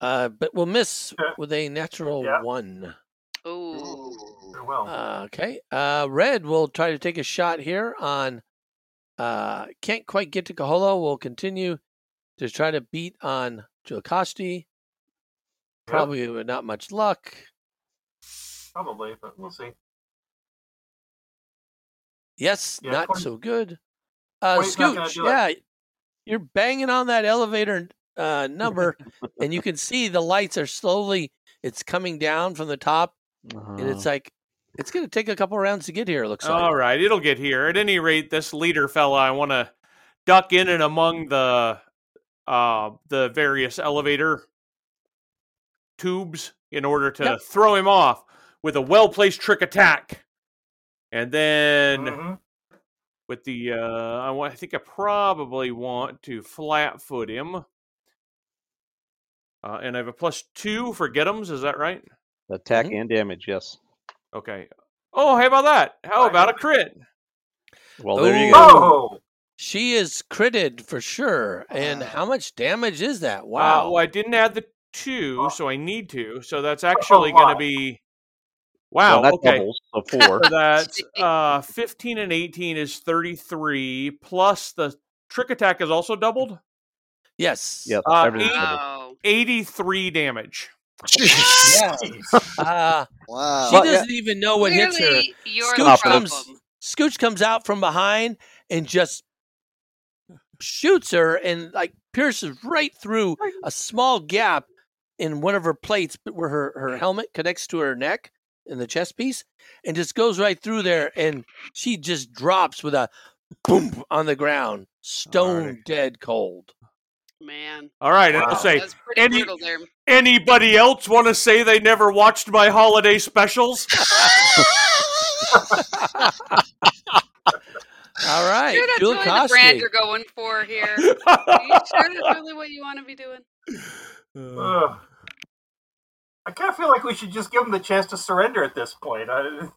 S1: Uh, but we'll miss
S7: Yeah.
S1: with a natural
S7: Yeah.
S1: one.
S8: Oh,
S10: Ooh.
S7: Very well.
S1: Uh, okay. Uh, Red will try to take a shot here on. Uh, can't quite get to Kaholo. We'll continue to try to beat on Jilakasti. Probably with not much luck.
S7: Probably, but we'll see.
S1: Yes,
S7: Yeah,
S1: not
S7: twenty-
S1: so good. Uh,
S7: twenty's not gonna
S1: Scooch,
S7: do it.
S1: yeah, you're banging on that elevator uh, number, and you can see the lights are slowly. It's coming down from the top, and it's
S9: Uh,
S7: Uh-huh.
S1: like it's going to take a couple rounds to get here. It looks like.
S6: All right, it'll get here. At any rate, this leader fella, I want to duck in and among the uh, the various elevator tubes in order to
S1: Yep.
S6: throw him off with a well placed trick attack, and then
S7: Mhm.
S6: with the uh, I, wa- I think I probably want to flat foot him. Uh, and I have a plus two for get'ems. Is that right?
S9: attack
S7: Mm-hmm.
S1: Mhm.
S9: and damage. Yes.
S6: Okay. Oh, how about that? How
S7: Right.
S6: about a crit?
S9: Well, there you
S1: Ooh.
S9: go.
S7: Oh,
S1: She is critted for sure. And
S7: Ah.
S10: Wow.
S1: how much damage is that?
S6: Uh,
S1: Wow.
S6: well, I didn't add the two,
S7: Oh.
S6: so I need to. So that's actually going
S7: wow.
S6: to be.
S9: Well,
S6: Wow.
S9: that
S6: okay.
S9: doubles, so four.
S6: So that's uh, 15 and 18 is 33, plus the trick attack is also doubled.
S1: yes.
S9: yes,
S6: Uh,
S9: everything's
S6: eight-
S9: doubled.
S8: wow.
S6: 83 damage.
S10: Jeez.
S1: Yeah.
S7: jeez.
S1: Uh,
S10: Wow.
S1: she
S9: Well, yeah.
S1: doesn't even know what Oh, hits her.
S8: Clearly, you're
S1: Scooch
S8: the
S1: comes-
S8: problem.
S1: Scooch comes out from behind and just shoots her and like pierces right through a small gap in one of her plates but where her, her helmet connects to her neck in the chest piece and just goes right through there and she just drops with a boom on the ground stone
S6: Alrighty.
S1: dead cold
S8: Man.
S6: All right. And I'll
S7: Wow.
S6: say,
S8: That was pretty
S6: any-
S8: brutal there.
S6: anybody else want to say they never watched my holiday specials?
S1: all right
S8: Sure, that's
S1: Jewel
S8: really the brand
S1: Koski.
S8: you're going for here. Are you sure that's really what you want to be doing?
S6: Oh.
S7: Ugh. I kind of feel like we should just give them the chance to surrender at this point. I,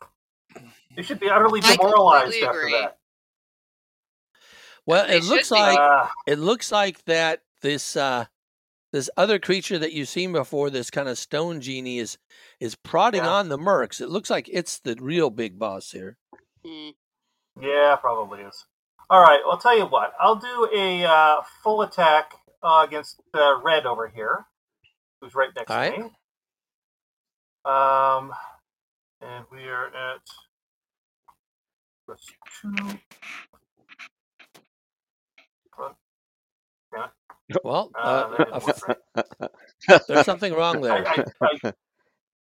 S7: they should be utterly
S8: I completely
S7: demoralized after
S8: agree.
S7: that.
S1: Well,
S8: They
S1: it
S8: should
S1: looks
S8: be.
S1: like
S7: Ah,
S1: it looks like that this uh this other creature that you've seen before, this kind of stone genie, is is prodding
S7: Yeah.
S1: on the mercs. It looks like it's the real big boss here.
S8: Hmm.
S7: yeah, probably is. All right, I'll tell you what. I'll do a uh, full attack uh, against uh, Red over here, who's right next
S1: All right.
S7: to me. Um, and we are at plus two.
S1: Well,
S7: Uh,
S1: uh,
S7: that didn't
S1: a-
S7: work right.
S1: there's something wrong there.
S7: I, I, I,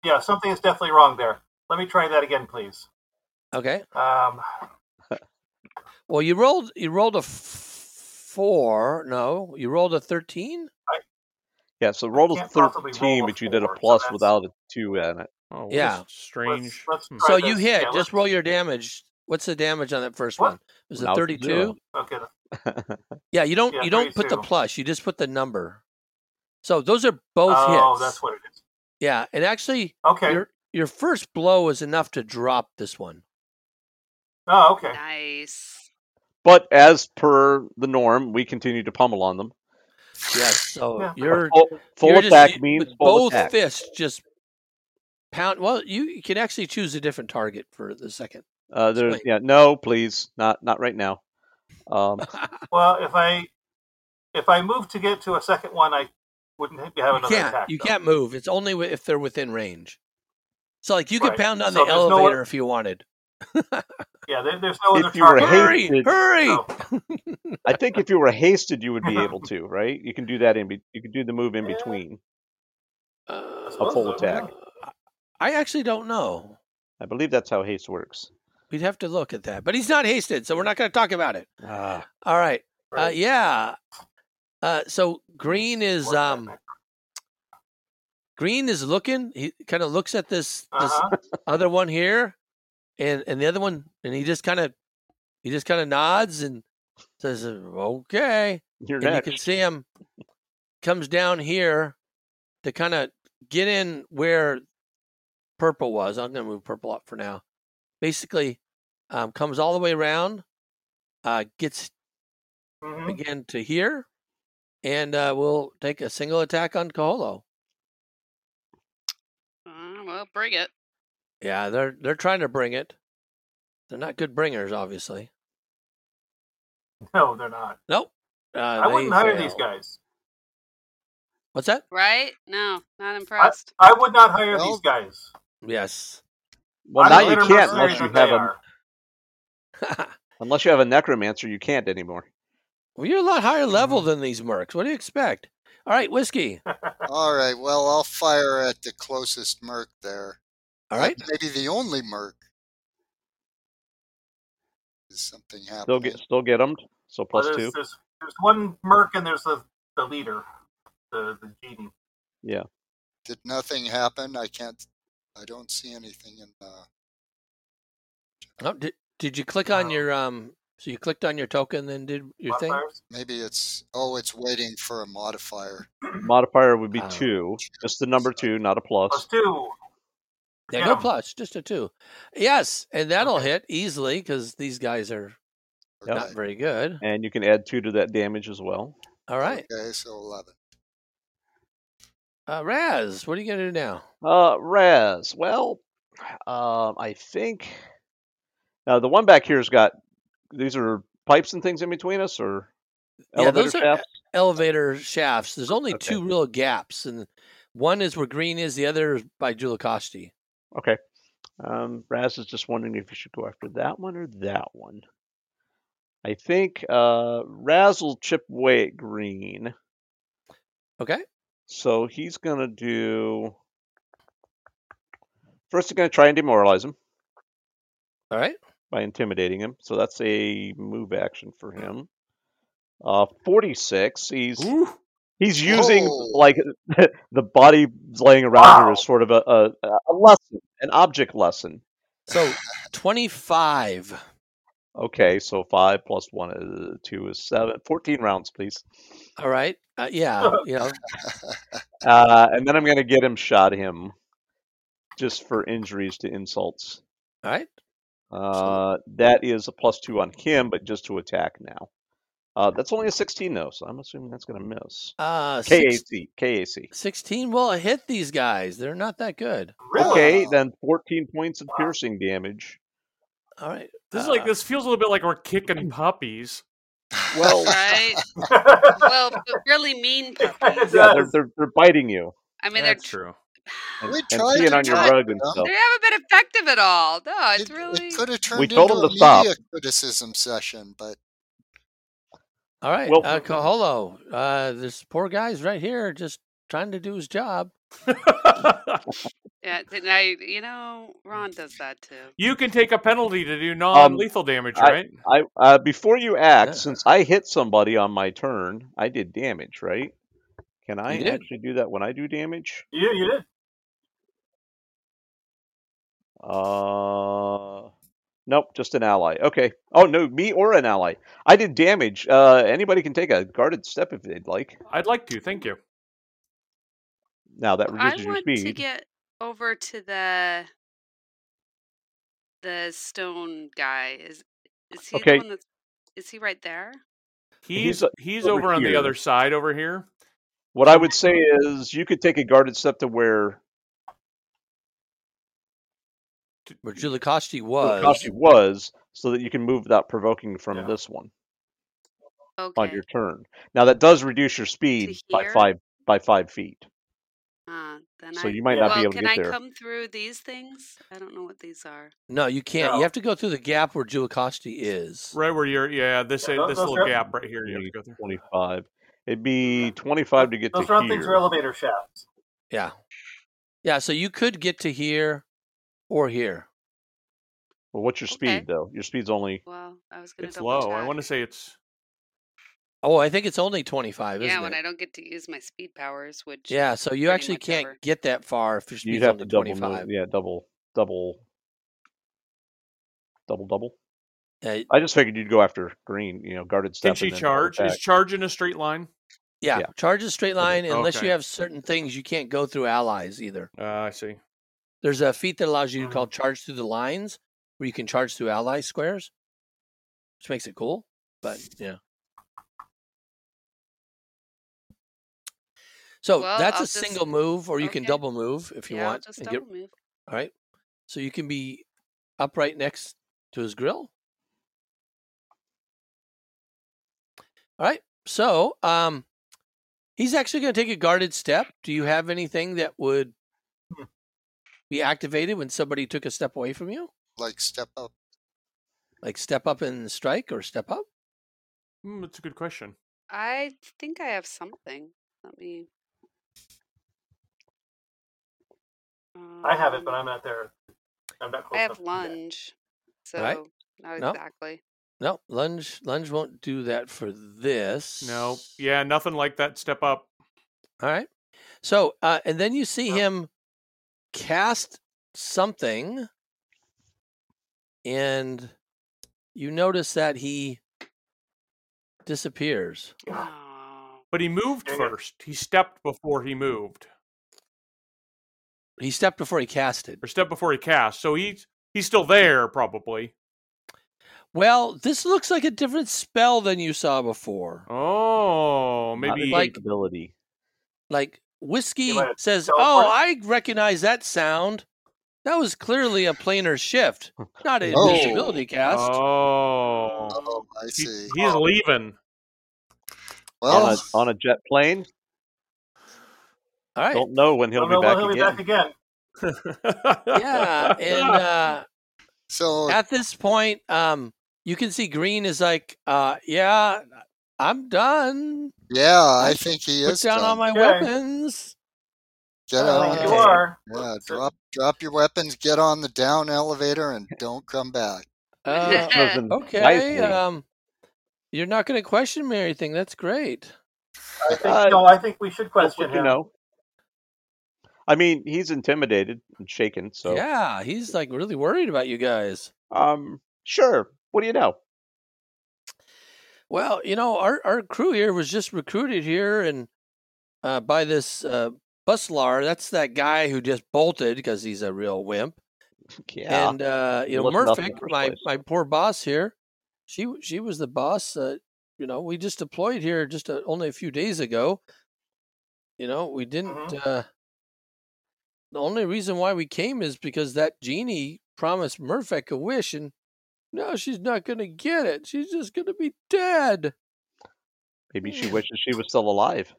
S7: yeah, something is definitely wrong there. Let me try that again, please.
S1: Okay.
S7: Um,
S1: Well, you rolled you rolled a f- four. No, you rolled a thirteen.
S9: Yeah, so rolled a
S7: can't possibly
S9: 13,
S7: roll a
S9: but you did a
S7: four, so
S9: plus
S7: that's-
S9: without a 2 in it.
S6: Oh, what
S1: Yeah.
S6: is strange. Hmm.
S7: Let's, let's
S1: So
S7: try
S1: you
S7: this.
S1: hit.
S7: Yeah, let's-
S1: Just roll your damage. What's the damage on that first
S7: What?
S1: one? Was it
S9: Now it's
S1: thirty-two?
S9: zero.
S7: Okay,
S1: Yeah, you don't
S7: Yeah,
S1: you don't put the
S7: 32.
S1: plus. You just put the number. So those are both
S7: oh,
S1: hits.
S7: that's what it is.
S1: Yeah, and actually,
S7: Okay.
S1: your your first blow is enough to drop this one.
S7: oh, okay.
S8: Nice.
S9: But as per the norm, we continue to pummel on them.
S1: Yes. So
S7: Yeah.
S1: you're
S9: full full
S1: you're just-
S9: attack
S1: you-
S9: means
S1: with
S9: full
S1: both
S9: attack.
S1: fists just pound. Well, you, you can actually choose a different target for the second.
S9: Uh, there,
S1: Explain.
S9: yeah, no, please, not not right now. Um,
S7: Well, if I if I move to get to a second one, I wouldn't have have
S1: you
S7: another
S1: can't
S7: attack.
S1: you
S7: though.
S1: can't move. It's only wi- if they're within range. So like you could
S7: Right.
S1: pound on
S7: So
S1: the
S7: there's no-
S1: elevator if you wanted.
S7: Yeah, there, there's no
S9: If
S7: other
S9: you were
S7: target.
S1: Hurry!
S9: Hasted.
S1: Hurry!
S7: So,
S9: I think if you were hasted, you would be able to, right? You can do that in. Be- you can do the move in
S7: Yeah.
S9: between.
S1: Uh,
S7: suppose
S9: full
S7: so, yeah.
S9: attack.
S1: I actually don't know.
S9: I believe that's how haste works.
S1: We'd have to look at that. But he's not hasted, so we're not going to talk about it.
S9: Ah,
S1: All right. Uh,
S7: Right.
S1: yeah. Uh, so green is
S7: Work that
S1: um
S7: back.
S1: green is looking. He kind of looks at this this
S7: Uh-huh.
S1: other one here, and and the other one, and he just kind of he just kind of nods and says, "Okay."
S9: you're
S1: and
S9: next.
S1: you can see him comes down here to kind of get in where purple was. I'm going to move purple up for now. Basically, um, comes all the way around, uh, gets
S7: Mhm.
S1: again to here, and uh, we'll take a single attack on Kaholo.
S8: Uh, well, bring it.
S1: Yeah, they're they're trying to bring it. They're not good bringers, obviously.
S7: No, they're not.
S1: Nope. Uh,
S7: I
S1: they
S7: wouldn't hire these
S1: fail.
S7: guys.
S1: What's that?
S8: Right? No, not impressed.
S7: I would not hire
S10: Well-
S7: these guys.
S1: Yes.
S9: Well,
S7: I'm
S9: now
S7: a
S9: you
S7: better
S9: can't
S7: mercenary
S9: unless you
S7: than
S9: have
S7: they
S9: a
S7: are.
S9: unless you have a necromancer. You can't anymore.
S1: well, you're a lot higher level
S7: Mm-hmm.
S1: than these mercs. What do you expect? All right, whiskey.
S10: All right. Well, I'll fire at the closest merc there.
S1: All right.
S10: Maybe the only merc. Is something
S9: Still
S10: happening?
S9: get still get them. So
S7: Well,
S9: plus
S7: there's,
S9: two.
S7: There's, there's one merc and there's the, the leader, the the genie.
S10: Did nothing happen? I can't. I don't see anything in the.
S1: Oh, did, did you click on
S7: Wow.
S1: your um? So you clicked on your token, then did your thing?
S7: Modifiers.
S10: Maybe it's oh, it's waiting for a modifier.
S9: Modifier would be
S1: Oh.
S9: two. Just the number two, not a
S7: Plus
S9: plus.
S7: two.
S1: Yeah, no
S7: Yeah.
S1: plus, just a two. Yes, and that'll
S7: Okay.
S1: hit easily because these guys are
S10: Okay.
S1: not very good.
S9: And you can add two to that damage as well.
S1: All right,
S10: Okay, so eleven.
S1: uh, Raz, what are you gonna do now?
S9: Uh, Raz. Well, um, I think now the one back here's got these are pipes and things in between us, or
S1: Yeah,
S9: elevator
S1: those are-
S9: shafts?
S1: Elevator shafts. There's only
S9: Okay.
S1: two real gaps, and one is where green is, the other is by Julacosti.
S9: Okay. Um, Raz is just wondering if you should go after that one or that one. I think uh, Raz will chip away at green,
S1: Okay,
S9: so he's gonna do. First, he's gonna try and demoralize him.
S1: all right.
S9: by intimidating him. So that's a move action for him. Uh, 46. He's he's using
S10: Whoa.
S9: like the body laying around her
S7: Wow.
S9: as sort of a, a a lesson, an object lesson.
S1: So twenty-five.
S9: Okay, so five plus one is two is seven. 14 rounds, please.
S1: All right. Uh, yeah, you know,
S9: Uh, and then I'm gonna get him shot him, just for injuries to insults.
S1: all right.
S9: Uh, that is a plus two on him, but just to attack now. Uh, that's only a 16 though, so I'm assuming that's gonna miss.
S1: Uh, six,
S9: KAC. KAC.
S1: sixteen. Well, hit these guys. They're not that good.
S7: Really?
S9: Okay,
S10: Wow.
S9: then 14 points of piercing damage.
S1: All right.
S6: This is
S1: uh,
S6: like this feels a little bit like we're kicking puppies. Oh,
S9: Well,
S8: Right? well, but really mean puppies.
S7: It
S9: yeah, they're,
S7: does.
S9: they're, they're biting you
S8: I mean,
S6: That's
S8: they're
S6: true.
S9: and,
S10: We
S9: and
S10: tried
S9: peeing
S10: to
S9: on your
S10: talk
S9: rug
S10: to
S9: and
S10: them.
S9: stuff.
S8: they haven't been effective at all. No,
S10: It,
S8: it's really
S10: it could have turned
S9: We told
S10: into
S9: them
S10: a
S9: to stop.
S10: media criticism session, but
S1: All right,
S9: Well-
S1: uh, Caholo, uh, this poor guy's right here just trying to do his job.
S8: yeah. th- Now Uh, you know Ron does that too.
S6: you can take a penalty to do non-lethal damage,
S9: Um, I-
S6: right?
S9: I uh, Before you act,
S1: Yeah.
S9: since I hit somebody on my turn, I did damage, right? Can I
S1: did.
S9: actually do that when I do damage?
S7: Yeah, you did.
S9: Uh, nope, just an ally. Okay. Oh no, me or an ally. I did damage. Uh, anybody can take a guarded step if they'd like.
S6: I'd like to. Thank you.
S9: Now that
S8: I
S9: reduces your
S8: want
S9: speed.
S8: to get over to the the stone guy. Is is he
S9: Okay.
S8: the one that's is he right there?
S6: He's
S9: He's, uh,
S6: he's,
S9: over
S6: over, on the
S9: here.
S6: other side over here.
S9: What I would say is you could take a guarded step to where
S1: Where Julikosti was.
S9: Koshi was, so that you can move without provoking from
S7: Yeah.
S9: this one
S8: Okay.
S9: on your turn. Now that does reduce your speed by
S8: here?
S9: five by five feet,
S8: Uh, then
S9: so
S8: I,
S9: you might
S8: well,
S9: not be able to
S8: can
S9: get
S8: I
S9: there.
S8: come through these things? I don't know what these are.
S1: No, you can't. You
S7: No.
S1: have to go through the gap where Julikosti is.
S6: Right where you're. Yeah, this
S7: Yeah,
S6: this
S7: those
S6: little
S7: are-
S6: gap right here. You have to go through.
S9: Twenty-five. It'd be twenty-five to get
S7: Those
S9: to
S7: round things are
S9: here.
S7: elevator shafts.
S1: Yeah. Yeah, so you could get to here or here.
S9: Well, what's your speed
S8: Okay.
S9: though? Your speed's only
S8: Well, I was gonna
S6: It's
S8: double
S6: low. I
S8: check.
S6: want to say it's.
S1: Oh, I think it's only 25,
S8: Yeah,
S1: isn't
S8: when
S1: it?
S8: I don't get to use my speed powers, which
S1: Yeah, so you
S8: pretty
S1: actually
S8: much
S1: can't
S8: over.
S1: get that far if your
S9: you
S1: speed's
S9: have
S1: only
S9: to double. mo-
S1: 25.
S9: Yeah, double, double, double, double.
S1: Uh,
S9: I just figured you'd go after green. You know, guarded step.
S6: Can she
S9: and then double
S6: charge? Is
S9: attack.
S6: charge in a straight line?
S1: yeah,
S9: Yeah.
S1: charge is straight line unless
S6: Okay.
S1: you have certain things you can't go through allies either.
S6: Uh, I see.
S1: There's a feat that allows you to
S7: Mhm.
S1: call
S8: Mm-hmm.
S1: charge through the lines where you can charge through ally squares, which makes it cool. But yeah. So
S8: Well,
S1: that's
S8: I'll
S1: a
S8: just-
S1: single move, or you can
S8: okay.
S1: double move if you
S8: yeah, I'll
S1: want.
S8: just
S1: and
S8: double
S1: get-
S8: move.
S1: all right. So you can be upright next to his grill. All right. So um, he's actually going to take a guarded step. Do you have anything that would be activated when somebody took a step away from you?
S10: Like step up.
S1: like step up and strike or step up
S6: Hmm, that's a good question.
S8: I think I have something. Let me.
S7: I have it, but
S8: Um,
S7: I'm not there. I'm not close
S8: I have
S7: enough to do that.
S8: lunge, so
S1: Right.
S8: not
S1: No.
S8: exactly.
S1: no lunge lunge won't do that for this
S6: No. Yeah, nothing like that. Step up.
S1: all right so uh and then you see
S7: Uh.
S1: him cast something and you notice that he disappears
S8: Oh,
S6: But he moved
S7: Yeah, yeah.
S6: first. He stepped before he moved,
S1: he stepped before he casted
S6: or stepped before he cast. So he's he's still there probably.
S1: well this looks like a different spell than you saw before
S6: Oh,
S9: Not
S6: maybe
S9: a
S1: Like-
S9: ability.
S1: like whiskey
S7: might have
S1: says
S7: teleported.
S1: oh i recognize that sound that was clearly a planar shift not an
S10: Oh.
S1: invisibility cast
S6: Oh,
S10: Oh, I
S6: He-
S10: see.
S6: he's leaving.
S10: Well,
S9: on a on a jet plane.
S1: all right
S9: Don't know when he'll
S7: Don't
S9: be
S7: know
S9: back
S7: when he'll be
S9: again.
S7: back again.
S1: yeah, and uh,
S10: so
S1: at this point, um, you can see Green is like, uh, yeah, I'm done.
S10: yeah, I think he
S1: Put
S10: is.
S1: down all
S10: done.
S1: my
S7: Okay.
S1: weapons.
S10: Get
S1: Uh,
S10: out.
S7: Well,
S10: of
S7: you
S10: the-
S1: Okay.
S7: are.
S10: Yeah, drop drop your weapons. Get on the down elevator and don't come back.
S1: Uh,
S9: Chosen
S1: okay,
S9: wisely.
S1: um, you're not going to question me or anything. That's great.
S7: I think,
S9: Uh,
S7: no, I think we should
S9: Just
S7: question
S9: let you
S7: him.
S9: know. I mean, he's intimidated and shaken, so
S1: Yeah, he's like really worried about you guys.
S9: um, sure. What do you know?
S1: Well, you know, our our crew here was just recruited here and uh, by this uh, Buslar. That's that guy who just bolted because he's a real wimp.
S9: Yeah,
S1: And uh, you know,
S9: Left nothing
S1: Murphic,
S9: in the first
S1: my
S9: place.
S1: my poor boss here, she w- she was the boss. Uh, you know, we just deployed here just uh only a few days ago. You know, we didn't. Uh, the only reason why we came is because that genie promised Murphic a wish, and no, she's not going to get it. She's just going to be dead.
S9: maybe she wishes she was still alive.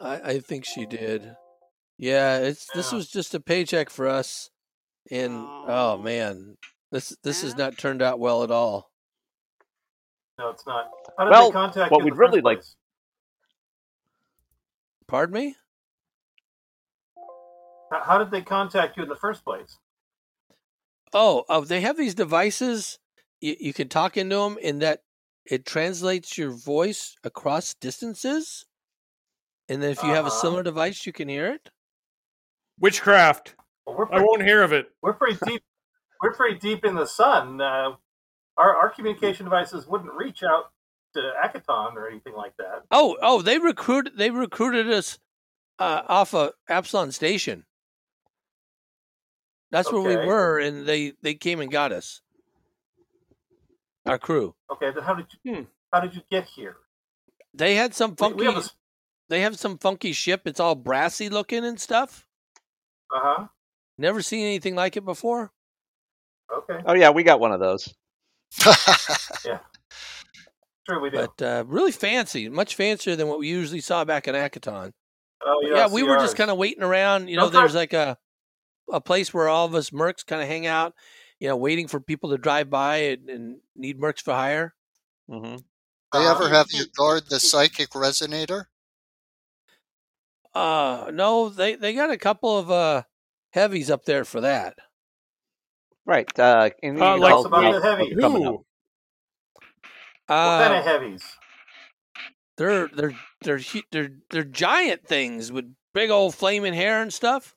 S1: I, I think she did. Yeah, it's this
S7: Yeah.
S1: was just a paycheck for us, and
S8: Aw.
S1: oh man, this this has
S8: Yeah.
S1: not turned out well at all.
S7: No, it's not. How did
S9: Well,
S7: they contact
S9: what
S7: you in
S9: we'd
S7: the first
S9: really like-
S7: place?
S1: Pardon me?
S7: H- How did they contact you in the first place?
S1: Oh, oh, they have these devices. You, you can talk into them, in that it translates your voice across distances. And then if you have a
S7: Uh-huh.
S1: similar device, you can hear it.
S6: Witchcraft.
S7: Well, we're
S6: I
S7: pretty,
S6: won't hear of it.
S7: we're pretty deep. We're pretty deep in the sun. Uh, our our communication devices wouldn't reach out to Akaton or anything like that.
S1: Oh, oh, they recruited they recruited us uh, off of Absalon Station. That's where we
S7: Okay.
S1: were, and they they came and got us. Our crew.
S7: Okay, then how did you
S6: Hmm.
S7: how did you get here?
S1: They had some
S7: We-
S1: funky.
S7: We have a uh
S1: they have some funky ship. It's all brassy looking and stuff.
S7: huh.
S1: Never seen anything like it before.
S7: Okay,
S9: Oh yeah, we got one of those.
S7: sure we do.
S1: But uh, really fancy, much fancier than what we usually saw back in Akaton.
S7: oh,
S1: yeah, we were just kind of waiting around. You know,
S7: Okay.
S1: there's like a a place where all of us mercs kind of hang out. You know, waiting for people to drive by and, and need mercs for hire.
S9: hmm
S10: They ever
S7: Uh-huh.
S10: have you guard the psychic resonator?
S1: Uh, no, they they got a couple of uh heavies up there for that.
S9: Right. Uh, and
S6: Uh,
S9: you
S6: like
S9: called
S7: some
S9: me
S7: other heavy.
S9: for coming up.
S6: Who?
S7: What kind of
S1: Uh,
S7: heavies?
S1: they're they're they're hu- they're they're giant things with big old flaming hair and stuff.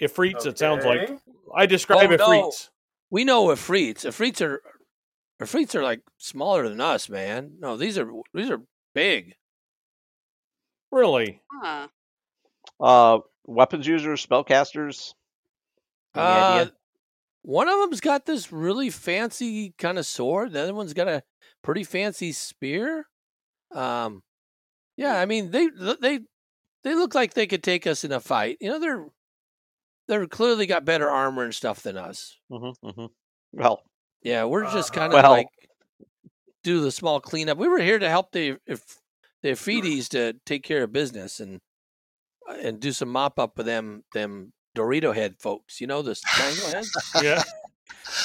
S6: Ifrits, it sounds like.
S7: Okay.
S6: I describe
S1: Oh, no.
S6: Ifrits.
S1: We know Ifrits. Ifrits are Ifrits are like smaller than us, man. No, these are these are big.
S6: Really?
S8: Huh.
S9: Uh, weapons users, spellcasters. Any
S1: Uh,
S9: idea?
S1: one of them's got this really fancy kind of sword. The other one's got a pretty fancy spear. Um, yeah, I mean they they they look like they could take us in a fight. You know, they're they're clearly got better armor and stuff than us.
S9: hmm hmm Well,
S1: Yeah, we're just
S7: Uh,
S1: kind of
S9: well-
S1: like do the small cleanup. We were here to help the if the Fidis to take care of business and uh, and do some mop up with them them Dorito head folks. You know the triangle heads.
S6: Yeah.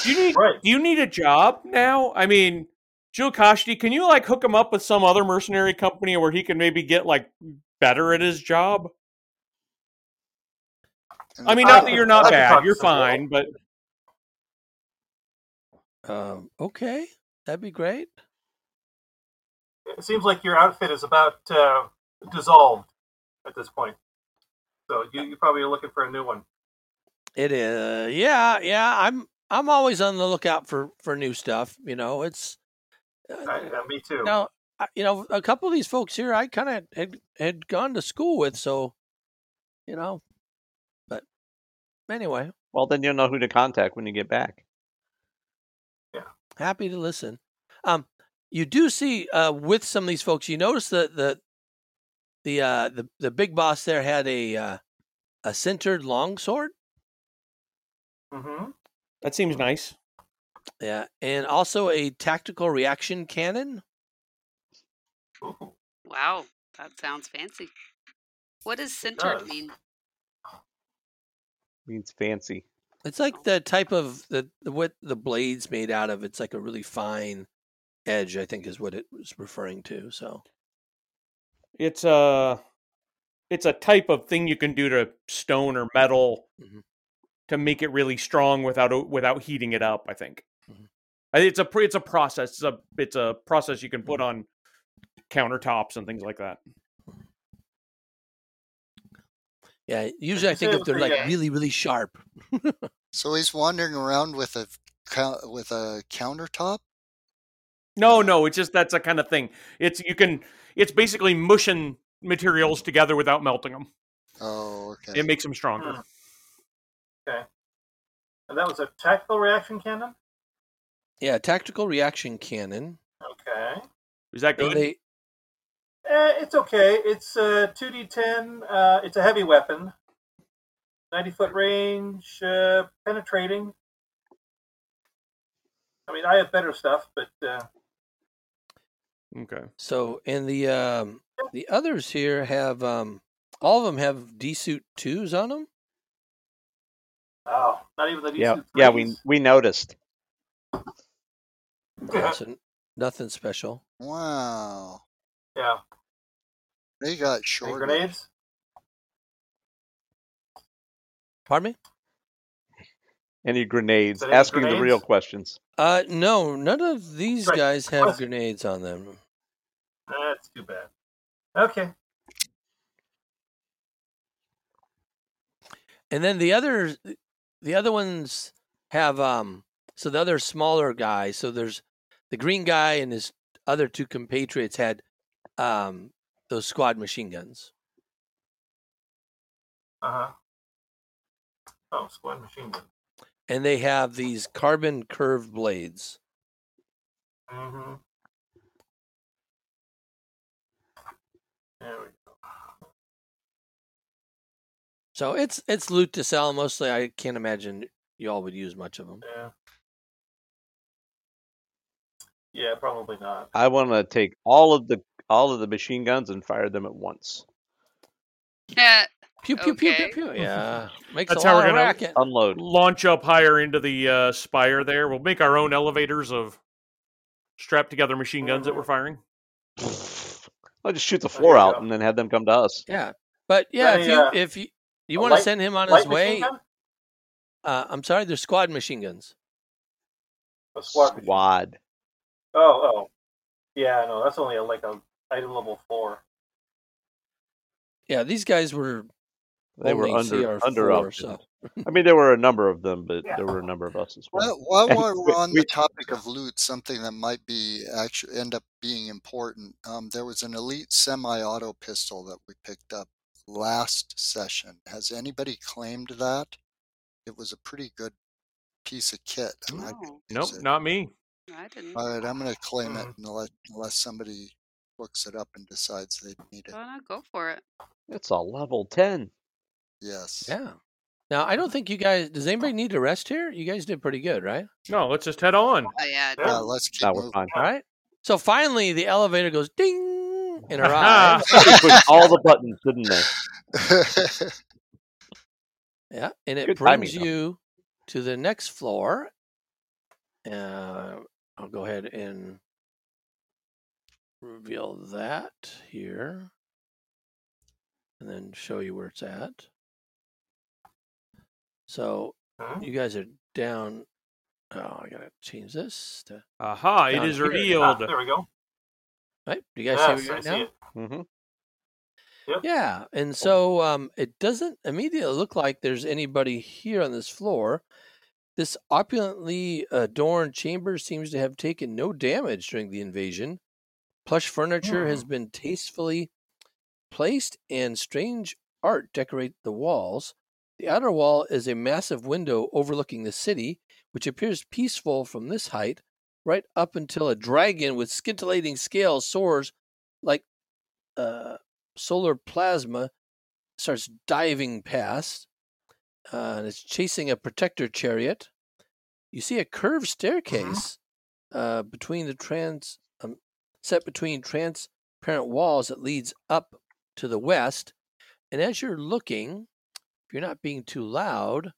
S6: Do you need
S7: Right.
S6: do you need a job now? I mean, Joe Koshti, can you like hook him up with some other mercenary company where he can maybe get like better at his job? I mean,
S7: I
S6: not that
S7: could-
S6: you're not
S7: I could talk
S6: bad,
S7: to
S6: you're
S7: some girl.
S6: fine, but
S1: Um, okay, that'd be great.
S7: It seems like your outfit is about uh, dissolved at this point. So you, you probably are looking for a new one.
S1: It is. Yeah, yeah. I'm I'm always on the lookout for for new stuff. You know, it's
S7: I, uh, me too.
S1: now I- you know a couple of these folks here I kind of had had gone to school with, so you know, but anyway.
S9: well then you'll know who to contact when you get back.
S1: happy to listen. Um, you do see uh, with some of these folks, you notice that the the uh, the the big boss there had a uh, a centered longsword.
S7: hmm
S6: that seems nice.
S1: Yeah, and also a tactical reaction cannon.
S8: Wow. That sounds fancy. What does centered
S7: does.
S8: mean?
S9: Means fancy.
S1: It's like the type of the, the what the blades made out of. It's like a really fine edge. I think is what it was referring to. So
S6: It's a it's a type of thing you can do to stone or metal
S1: Mhm.
S6: to make it really strong without o- without heating it up. I think
S1: Mhm.
S6: I think it's a pr- it's a process. It's a it's a process you can put on countertops and things like that.
S1: yeah, usually I
S7: you
S1: think
S7: say
S1: if they're
S7: with the,
S1: like
S7: uh,
S1: really really sharp.
S10: So he's wandering around with a cou- with a countertop.
S6: No, no, it's just that's a kind of thing. It's you can it's basically mushing materials together without melting them.
S10: Oh, okay.
S6: It makes them stronger.
S7: Hmm. And that was a tactical reaction cannon?
S1: Yeah, tactical reaction cannon.
S7: Okay.
S6: Is that good?
S1: They,
S7: Eh, it's okay. It's uh, 2d10. Uh, it's a heavy weapon. 90 foot range, uh, penetrating. I mean, I have better stuff, but uh,
S6: okay.
S1: So and the um the others here have um all of them have D suit twos on them.
S7: oh, not even the DC
S9: Yeah, yeah. We we noticed.
S7: Uh-huh.
S1: So nothing special.
S10: Wow,
S7: yeah.
S10: they got
S7: Any
S10: short.
S7: grenades?
S1: Pardon me?
S9: Any grenades?
S7: Is that any
S9: Asking the real
S7: grenades?
S9: questions.
S1: Uh no, none of these
S7: Right.
S1: guys have
S7: Question.
S1: grenades on them.
S7: That's too bad. Okay.
S1: And then the other the other ones have um so the other smaller guy, so there's the green guy and his other two compatriots had um those squad machine guns.
S7: Uh huh. Oh, squad machine gun.
S1: And they have these carbon curved blades.
S7: Mm-hmm. There we go.
S1: So it's it's loot to sell mostly. I can't imagine y'all would use much of them.
S7: Yeah. Yeah, probably not.
S9: I want to take all of the all of the machine guns and fire them at once.
S8: Yeah.
S1: Pew pew pew pew
S8: Okay.
S1: pew. Yeah, makes
S6: That's
S1: a
S6: how
S1: lot
S6: we're
S1: of
S6: gonna-
S1: racket.
S9: Unload.
S6: Launch up higher into the uh, spire there. We'll make our own elevators of strapped together machine guns that we're firing.
S9: I'll just shoot the floor
S7: you
S9: out
S7: go.
S9: and then have them come to us.
S1: Yeah, but yeah,
S7: Hey,
S1: if you
S7: uh,
S1: if you you
S7: a
S1: want to
S7: light-
S1: send him on his
S7: Light machine
S1: way,
S7: gun?
S1: uh, I'm sorry, they're squad machine guns.
S7: A squad. machine-
S9: Squad.
S7: Oh, oh. Yeah, no, that's only a, like a item level four.
S1: Yeah, these guys were
S9: They were
S1: Only
S9: under
S1: CR4,
S9: under us.
S1: so.
S9: I mean, there were a number of them, but
S7: Yeah.
S9: there were a number of us as well.
S10: Well, while
S9: And
S10: we're
S9: we-
S10: on
S9: we-
S10: the topic of loot, something that might be actually end up being important. Um, there was an elite semi-auto pistol that we picked up last session. Has anybody claimed that? It was a pretty good piece of kit, and I could
S8: No,
S10: use
S6: Nope,
S10: it.
S6: not me.
S8: I didn't.
S1: Uh,
S10: All right, I'm going to claim it
S7: Mhm.
S9: Mm.
S10: unless, unless somebody looks it up and decides they need it.
S8: Why not go for it?
S9: It's a level ten.
S10: Yes.
S1: Yeah. Now I don't think you guys. Does anybody need to rest here? You guys did pretty good, right?
S6: No, let's just head on.
S8: Oh yeah.
S7: Yeah.
S10: Yeah, Uh, let's keep
S9: No, we're
S10: moving.
S9: fine.
S1: All right. So finally, the elevator goes ding and arrives.
S9: They pushed all the buttons, didn't they?
S1: yeah, and it
S9: Good timing,
S1: brings
S9: though.
S1: you to the next floor. Uh, I'll go ahead and reveal that here, and then show you where it's at. So
S7: Huh?
S1: you guys are down. Oh, I gotta change this. To,
S6: Aha, it
S1: Down
S6: is
S1: here.
S7: Ah,
S6: revealed.
S7: there we go.
S1: right? Do you guys see
S7: Yes,
S1: it
S7: Ah, I
S1: right
S7: see
S1: now?
S7: it.
S9: hmm
S1: Yeah, and so um, it doesn't immediately look like there's anybody here on this floor. This opulently adorned chamber seems to have taken no damage during the invasion. Plush furniture has been tastefully placed, and strange art decorate the walls. The outer wall is a massive window overlooking the city, which appears peaceful from this height, right up until a dragon with scintillating scales soars like uh, solar plasma, starts diving past, uh, and it's chasing a protector chariot. You see a curved staircase uh, between the trans um, set between transparent walls that leads up to the west. And as you're looking, if you're not being too loud,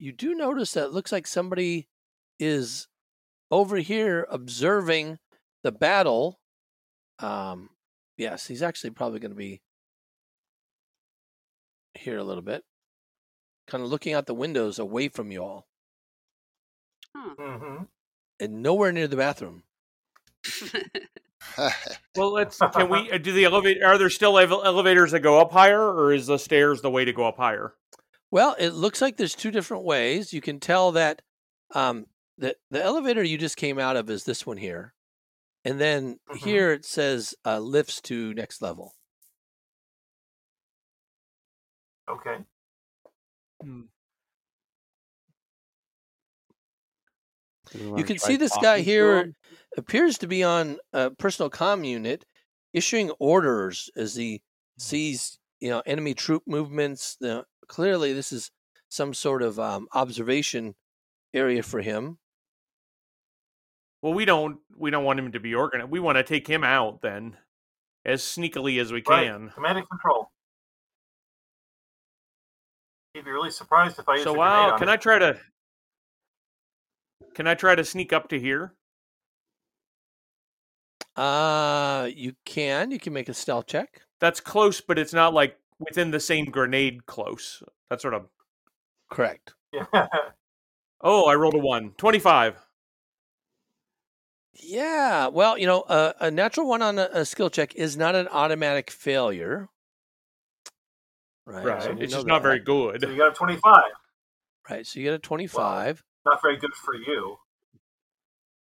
S1: you do notice that it looks like somebody is over here observing the battle. Um, yes, he's actually probably going to be here a little bit, kind of looking out the windows away from you all
S7: Mm-hmm.
S1: and nowhere near the bathroom.
S6: Well, let's. Can we uh, do the elevator? Are there still ev- elevators that go up higher, or is the stairs the way to go up higher?
S1: Well, it looks like there's two different ways. You can tell that um, the the elevator you just came out of is this one here, and then
S7: Mhm.
S1: here it says uh, lifts to next level.
S7: Okay.
S1: You can see this guy here appears to be on a personal comm unit, issuing orders as he sees you know enemy troop movements. Now, clearly, this is some sort of um, observation area for him.
S6: Well, we don't. We don't want him to be organized. We want to take him out then, as sneakily as we
S7: Right.
S6: can.
S7: Command and control. You'd be really surprised if I used
S6: So
S7: a
S6: wow,
S7: grenade
S6: can
S7: on
S6: I try to? Can I try to sneak up to here?
S1: Uh you can. You can make a stealth check.
S6: That's close, but it's not like within the same grenade close. That's sort of.
S1: Correct.
S7: it. Yeah.
S6: Oh, I rolled a one. 25.
S1: Yeah. Well, you know, a, a natural one on a, a skill check is not an automatic failure. Right.
S6: Right.
S1: so we
S6: it's
S1: know
S6: just not
S1: that.
S6: very
S7: So you
S6: good.
S7: got a 25.
S1: Right. So you get a 25.
S7: Not very good for you.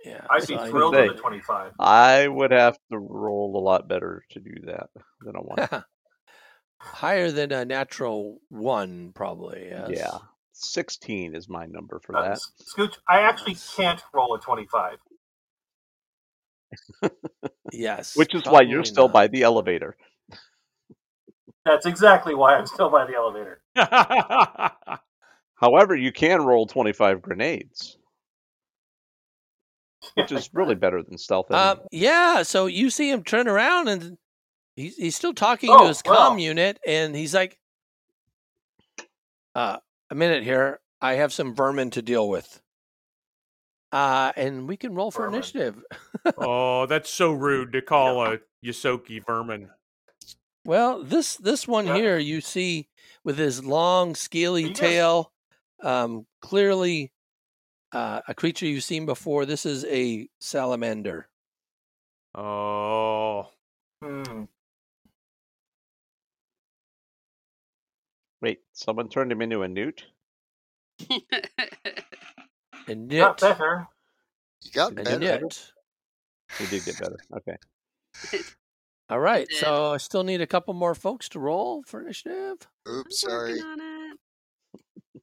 S1: yeah.
S7: I'd
S1: so
S7: be
S1: I-
S7: thrilled
S9: Hey.
S7: with a 25.
S9: I would have to roll a lot better to do that than I want.
S1: Higher than a natural one, probably. Yes.
S9: Yeah, sixteen is my number for
S7: Uh,
S9: that.
S7: S- Scooch, I actually can't roll a 25.
S1: Yes.
S9: Which is why you're
S1: probably
S9: still
S1: not.
S9: by the elevator.
S7: That's exactly why I'm still by the elevator.
S9: However, you can roll twenty-five grenades, which is really better than stealth.
S1: Um,
S9: anyway.
S1: yeah. So you see him turn around and he's, he's still talking to
S7: Oh,
S1: his comm
S7: wow.
S1: unit, and he's like, uh, "A minute here, I have some vermin to deal with." Uh, and we can roll for
S7: Vermin.
S1: initiative.
S6: oh, that's so rude to call a Yosoki vermin.
S1: Well, this this one
S7: Yeah.
S1: here you see with his long scaly
S7: You guys-
S1: tail, um, clearly uh, a creature you've seen before. This is a salamander.
S6: Oh,
S7: Hmm.
S9: Wait, someone turned him into a newt.
S1: A
S7: Not
S1: nit.
S7: better.
S10: You got
S9: Did
S1: A
S9: you
S10: better.
S9: get
S1: nit.
S9: He did get better. Okay.
S1: All right.
S8: Nit.
S1: So I still need a couple more folks to roll for initiative.
S10: Oops,
S8: I'm
S10: sorry.
S8: working on it.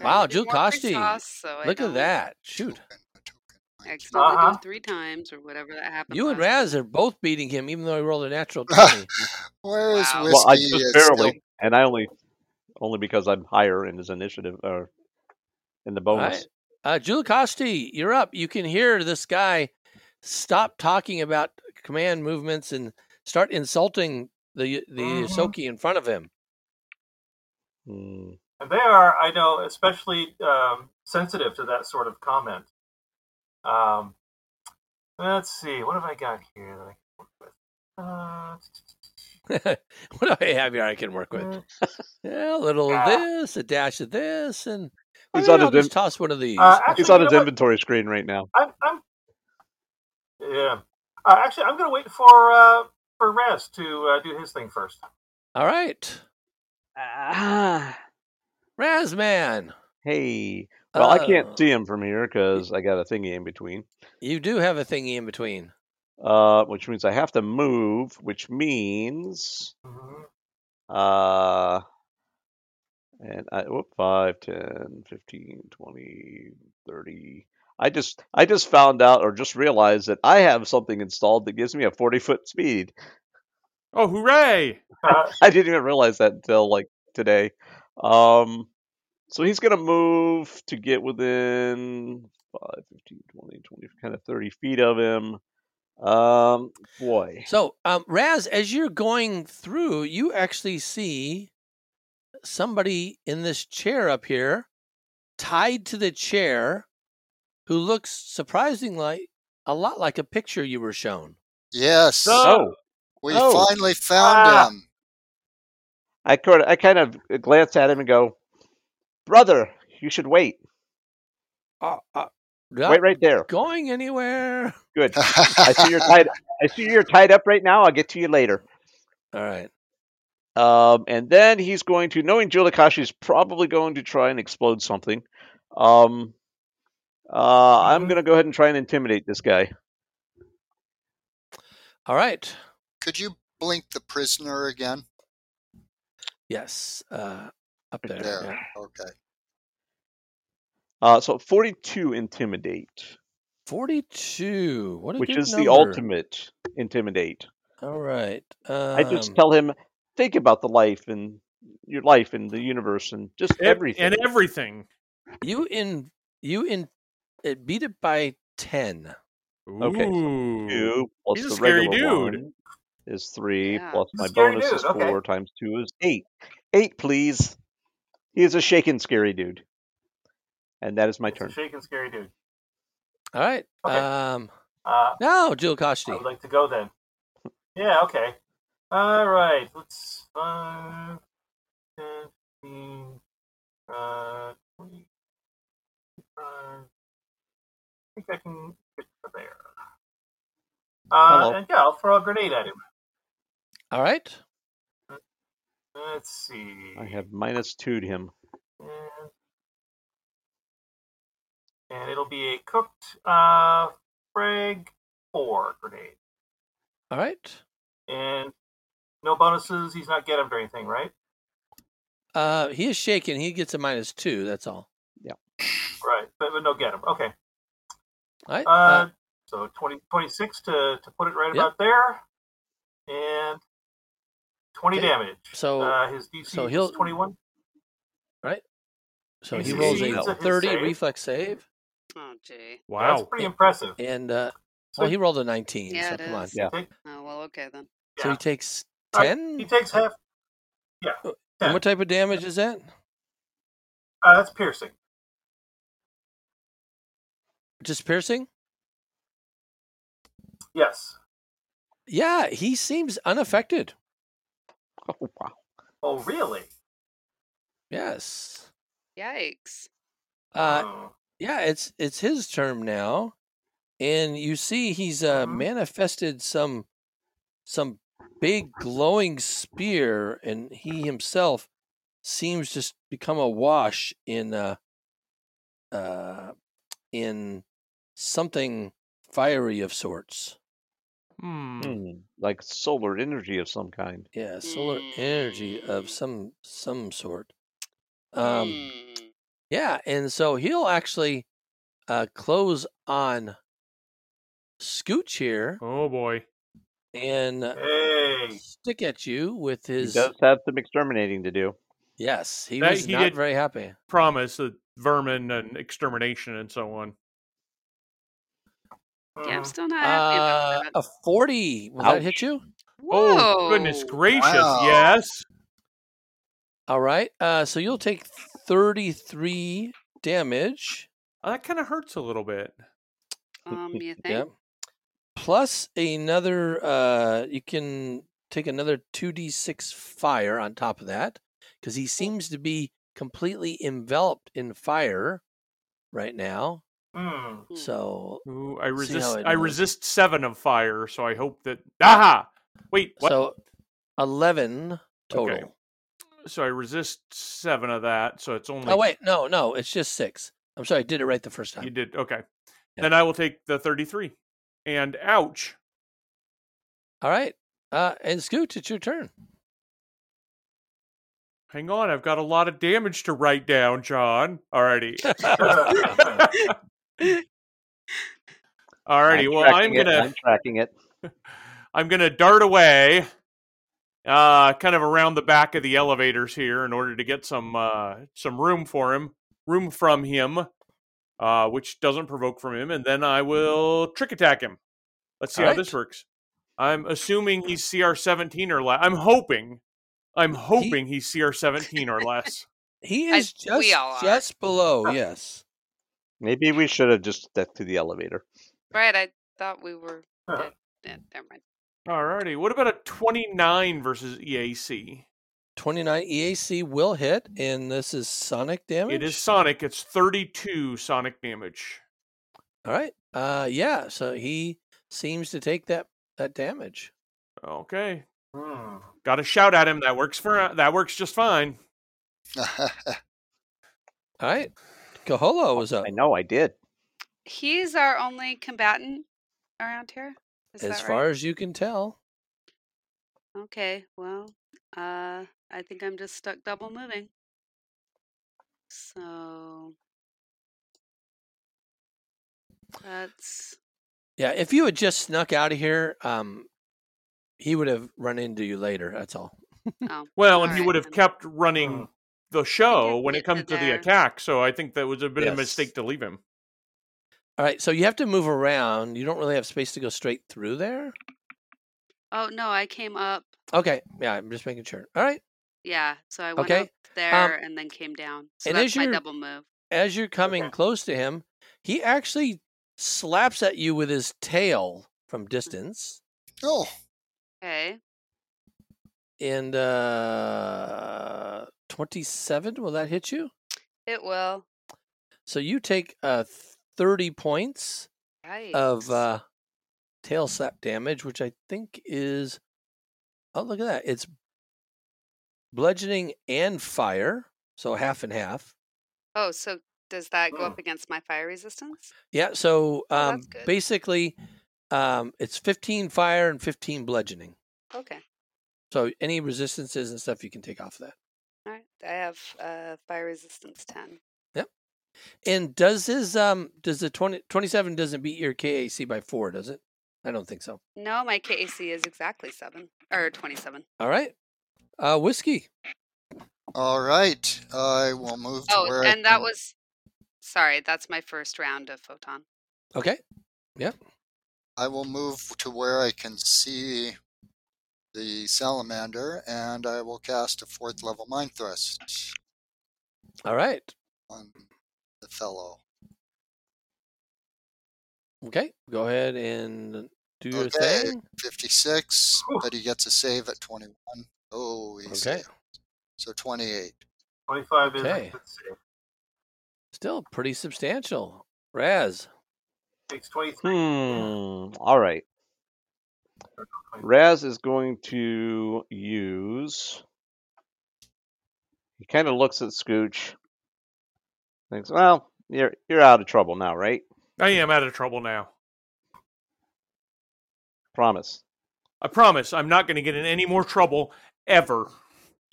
S1: Wow,
S10: Mm.
S8: I did
S1: Jewel
S8: more free
S1: Costi.
S8: sauce, so I
S1: Look at
S8: don't-
S1: that. Shoot.
S8: I
S10: Token,
S8: accidentally did it
S7: Uh-huh.
S8: three times or whatever that happened.
S1: You and
S8: last
S1: Raz are both beating him, even though he rolled a natural
S10: my
S1: 20.
S10: token. Where is
S8: Wow.
S10: whiskey?
S9: Well, I just
S10: It's
S9: barely, and I only, only because I'm higher in his initiative or in the
S1: All
S9: bonus.
S1: right. Uh, Jewel Costi, you're up. You can hear this guy stop talking about command movements and start insulting the the
S9: Mm-hmm.
S7: Mhm.
S1: Yosoki in front of him.
S9: Hmm.
S7: And they are, I know, especially um, sensitive to that sort of comment. Um, let's see, what have I got here that I can work with? Uh,
S1: what do I have here I can work with?
S7: mm,
S9: Mm-hmm.
S1: Yeah, a little of
S7: Ah.
S1: this, a dash of this, and I
S9: He's
S1: mean,
S9: on
S1: I'll
S9: his
S1: just toss one of these.
S7: uh, actually,
S9: He's on
S7: you
S9: his
S7: know what?
S9: inventory screen right now.
S7: I'm, I'm yeah. Uh, actually, I'm going to wait for uh, for Raz to uh, do his thing first.
S1: All right.
S9: Ah.
S1: Razman,
S9: Hey. Well, I
S1: Oh.
S9: can't see him from here because I got a thingy in between,
S1: you do have a thingy in between.
S9: uh, which means I have to move, which means
S7: Mhm.
S9: Uh, and I, whoop, 5, 10, 15, 20, 30. I just I just found out or just realized that I have something installed that gives me a 40 foot speed.
S6: oh, hooray!
S7: Uh,
S9: I didn't even realize that until like today. Um, so he's gonna move to get within 5, 15, 20, 20, kind of 30 feet of him. Um, boy.
S1: So, um, Raz, as you're going through, you actually see somebody in this chair up here, tied to the chair, who looks surprisingly a lot like a picture you were shown.
S10: Yes,
S9: Oh,
S10: we
S9: oh.
S10: finally found
S7: Ah.
S10: him.
S9: I kind of, I kind of glance at him and go, "Brother, you should wait."
S1: Uh, uh, not
S9: Oh, Wait right there.
S1: going anywhere.
S9: Good. I see you're tied. I see you're tied up right now. I'll get to you later.
S1: All right.
S9: Um, and then he's going to, knowing Julikashi is probably going to try and explode something. Um, uh, I'm
S7: Mhm.
S9: going to go ahead and try and intimidate this guy.
S1: All right.
S10: Could you blink the prisoner again?
S1: Yes. Uh, up there.
S10: There.
S1: yeah.
S10: Okay.
S9: Uh, so 42 intimidate,
S1: 42. What a
S9: which
S1: good
S9: is the
S1: number.
S9: ultimate intimidate.
S1: All right.
S9: I just
S1: um,
S9: tell him, think about the life and your life and the universe and just
S6: Ev-
S9: everything.
S6: and everything.
S1: you in you in it beat it by 10.
S9: Okay, so
S6: Ooh.
S9: two plus
S6: He's a
S9: the
S6: scary
S9: regular
S6: dude.
S9: one is three
S8: Yeah.
S9: plus
S7: He's a
S9: my
S7: scary
S9: bonus
S7: dude,
S9: is
S7: okay.
S9: four times two is eight. Eight, please. He is a shaken scary dude, and that is my
S7: it's a
S9: turn.
S7: shaking scary dude.
S1: All right.
S7: Okay.
S1: Um
S7: Uh,
S1: no, Jill
S7: I
S1: Koshti.
S7: would like to go then. Yeah. Okay. All right. Let's five, 10, 15, uh, 20, 25, think I can get to there. Uh,
S1: Hello.
S7: and yeah, I'll throw a grenade at him.
S1: All right.
S7: Let's see.
S9: I have minus two to him.
S7: And- And it'll be a cooked uh, frag four grenade.
S1: All right.
S7: And no bonuses. He's not get 'em or anything, right?
S1: Uh, he is shaken. He gets a minus two. That's all.
S7: Right. But, but no get 'em. Okay.
S1: All right.
S7: Uh,
S1: Uh,
S7: so 20, 26 to, to put it
S1: Yep.
S7: right about there. And 20
S1: Okay.
S7: damage.
S1: So-
S7: uh, his DC
S1: so
S7: is
S1: he'll-
S7: 21.
S1: so he
S7: he
S1: rolls
S7: succeeds
S1: a
S7: at his
S1: thirty
S7: save.
S1: reflex save,
S8: Oh, gee.
S7: That's
S6: Wow.
S7: pretty impressive.
S1: and uh,
S7: So
S1: well, he rolled a nineteen.
S8: Yeah,
S1: so
S8: it
S1: come on.
S8: is.
S9: Yeah.
S7: take-
S8: Oh, well, okay then.
S1: So
S7: yeah.
S1: he takes
S7: All right,
S1: ten.
S7: Uh, he takes half.
S1: and what type of damage is that?
S7: Uh, that's piercing.
S1: Just piercing.
S7: Yes.
S1: Yeah, he seems unaffected.
S9: Oh, wow.
S7: Oh, really?
S1: Yes.
S8: Yikes.
S1: Uh,
S7: Oh.
S1: yeah, it's it's his term now, and you see he's uh,
S7: Mhm.
S1: manifested some some big glowing spear, and he himself seems just become awash in uh, uh, in something fiery of sorts.
S6: Hmm.
S9: Hmm, Like solar energy of some kind.
S1: Yeah, solar energy of
S8: Mm.
S1: some some sort. Um,
S8: Hmm.
S1: Yeah, and so he'll actually uh, close on Scooch here
S6: Oh boy.
S1: and
S7: Mm.
S1: uh,
S7: Hey.
S1: stick at you with
S9: He
S1: his.
S9: does have some exterminating to do.
S1: Yes, he
S6: That-
S1: was
S6: he
S1: not
S6: did-
S1: very happy.
S6: Promise of vermin and extermination and so on.
S8: Yeah, I'm
S7: Mhm.
S8: still not happy
S1: Uh,
S8: about that.
S1: a forty will that hit
S9: Ouch.
S1: you?
S8: Whoa.
S6: Oh goodness gracious!
S10: Wow.
S6: Yes.
S1: All right, uh, so you'll take thirty-three damage.
S6: Oh, that kind of hurts a little bit.
S8: Um, you think?
S1: Yep. Plus another, uh, you can take another two d six fire on top of that because he seems to be completely enveloped in fire right now.
S7: Hmm.
S8: Hmm.
S1: So,
S6: Ooh, I
S1: how
S6: resist.
S1: it
S6: I
S1: goes.
S6: resist seven of fire, so I hope that. Aha! Wait. What?
S1: so eleven total.
S6: so I resist seven of that, so it's only.
S1: Oh wait, no, no, it's just six. I'm sorry, I did it right the first
S6: You
S1: time.
S6: did okay.
S1: Yeah.
S6: Then I will take the thirty-three. And ouch!
S1: All right, uh, and Scoot, it's your turn.
S6: Hang on, I've got a lot of damage to write down, John. Alrighty. Alrighty.
S9: I'm
S6: well, I'm
S9: tracking it,
S6: gonna
S9: I'm tracking it.
S6: I'm gonna dart away, uh, kind of around the back of the elevators here in order to get some uh, some room for him, room from him, uh, which doesn't provoke from him, and then I will trick attack him. Let's see how
S1: Alright.
S6: this works. I'm assuming he's CR 17 or less. I'm hoping, I'm hoping he's CR 17 or less.
S1: He
S8: I-
S1: is
S8: we
S1: just
S8: all are.
S1: just below. Yes.
S9: Maybe we should have just stuck to the elevator.
S8: Right, I thought we were.
S7: Huh.
S8: Yeah, never mind.
S6: Alrighty, what about a 29 versus E EAC?
S1: 29 EAC E will hit, and this is sonic damage.
S6: It is Sonic. It's 32 Sonic damage.
S1: All right. Uh, yeah. So he seems to take that that damage.
S6: Okay,
S7: Hmm.
S6: got to shout at him. That works for uh, that works just fine.
S1: All right. Kaholo
S6: Uh,
S1: is up.
S9: I know I did.
S8: He's our only combatant around here. Is
S1: As
S8: that
S1: far
S8: right?
S1: as you can tell.
S8: Okay, well, uh, I think I'm just stuck double moving. So that's
S1: Yeah. If you had just snuck out of here, um, he would have run into you later. That's all.
S8: oh
S6: Well, and he
S8: alright Mm.
S6: would have
S8: then.
S6: kept running the show when
S8: get
S6: it comes
S8: to
S6: to the
S8: there.
S6: attack. So I think that was a bit of
S1: Yes.
S6: a mistake to leave him.
S1: All right. So you have to move around. You don't really have space to go straight through there.
S8: Oh no, I came up.
S1: Okay. Yeah. I'm just making sure. All right.
S8: Yeah, so I went
S1: Okay,
S8: up there and then came down. So
S1: and as
S8: that's my
S1: you're-
S8: double move.
S1: As you're coming
S7: Okay.
S1: close to him, he actually slaps at you with his tail from distance.
S10: oh,
S8: Okay.
S1: And uh, 27, will that hit you?
S8: It will.
S1: So you take uh, 30 points of
S8: Yikes.
S1: uh, tail slap damage, which I think is. Oh, look at that. It's bludgeoning and fire, so half and half.
S8: oh, so does that go up against my fire resistance?
S1: Yeah, so
S8: Oh,
S1: um,
S8: that's good.
S1: basically, um, it's 15 fire and 15 bludgeoning.
S8: Okay.
S1: So any resistances and stuff you can take off that.
S8: All right. I have uh, fire resistance 10.
S1: And does his um does the 20, 27 doesn't beat your KAC by four, does it? I don't think so.
S8: No, my KAC is exactly 7 or 27.
S1: All right. Uh whiskey.
S10: All right. I will move to
S8: Oh,
S10: where I
S8: and that
S10: can-
S8: was sorry, that's my first round of photon.
S1: Okay.
S10: I will move to where I can see the salamander, and I will cast a fourth level mind thrust
S1: All right.
S10: on the fellow.
S1: Okay. Go ahead and do your
S10: Okay.
S1: thing.
S10: 56,
S7: Whew.
S10: but he gets a save at 21. Oh, he
S1: Okay.
S10: saved. So 28.
S7: 25 is
S1: Okay.
S7: a good save.
S1: Still pretty substantial. Raz.
S7: Takes 23.
S9: Hmm. All right. Raz is going to use. He kind of looks at Scooch. Thinks, well, you're you're out of trouble now, right?
S6: I am out of trouble now.
S9: Promise.
S6: I promise I'm not going to get in any more trouble ever.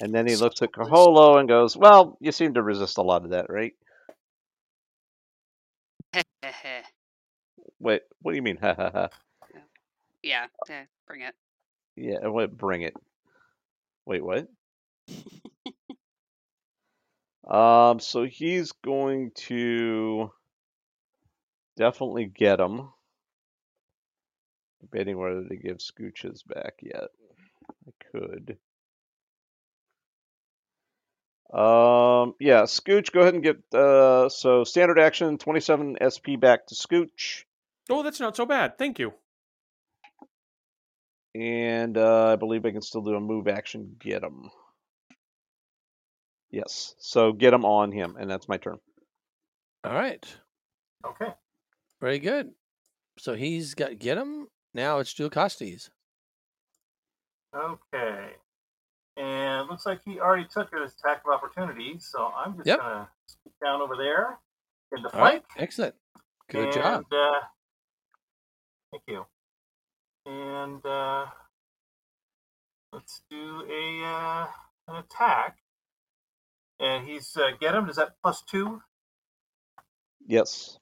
S9: And then he looks at
S10: Someplace-
S9: Kaholo and goes, well, you seem to resist a lot of that, right? Wait, what do you mean? Ha ha ha.
S8: yeah, yeah, bring it.
S9: Yeah, what? Bring it. Wait, what? um, so he's going to definitely get him. Debating whether to give Scooches back yet. I could. Um, yeah, Scooch, go ahead and get uh, so standard action, 27 SP back to Scooch.
S6: Oh, that's not so bad. Thank you.
S9: And uh, I believe I can still do a move action, get him. Yes. So get him on him, and that's my turn.
S1: All right.
S7: Okay.
S1: Very good. So he's got get him. Now it's Jewel Costes.
S7: Okay. And it looks like he already took his attack of opportunity, so I'm just
S1: Yep.
S7: gonna scoot down over there in the
S1: All right.
S7: flank.
S1: Excellent. Good
S7: and,
S1: job.
S7: Uh, thank you. And uh, let's do a uh, an attack. And he's uh, get him. Is that plus two?
S9: Yes.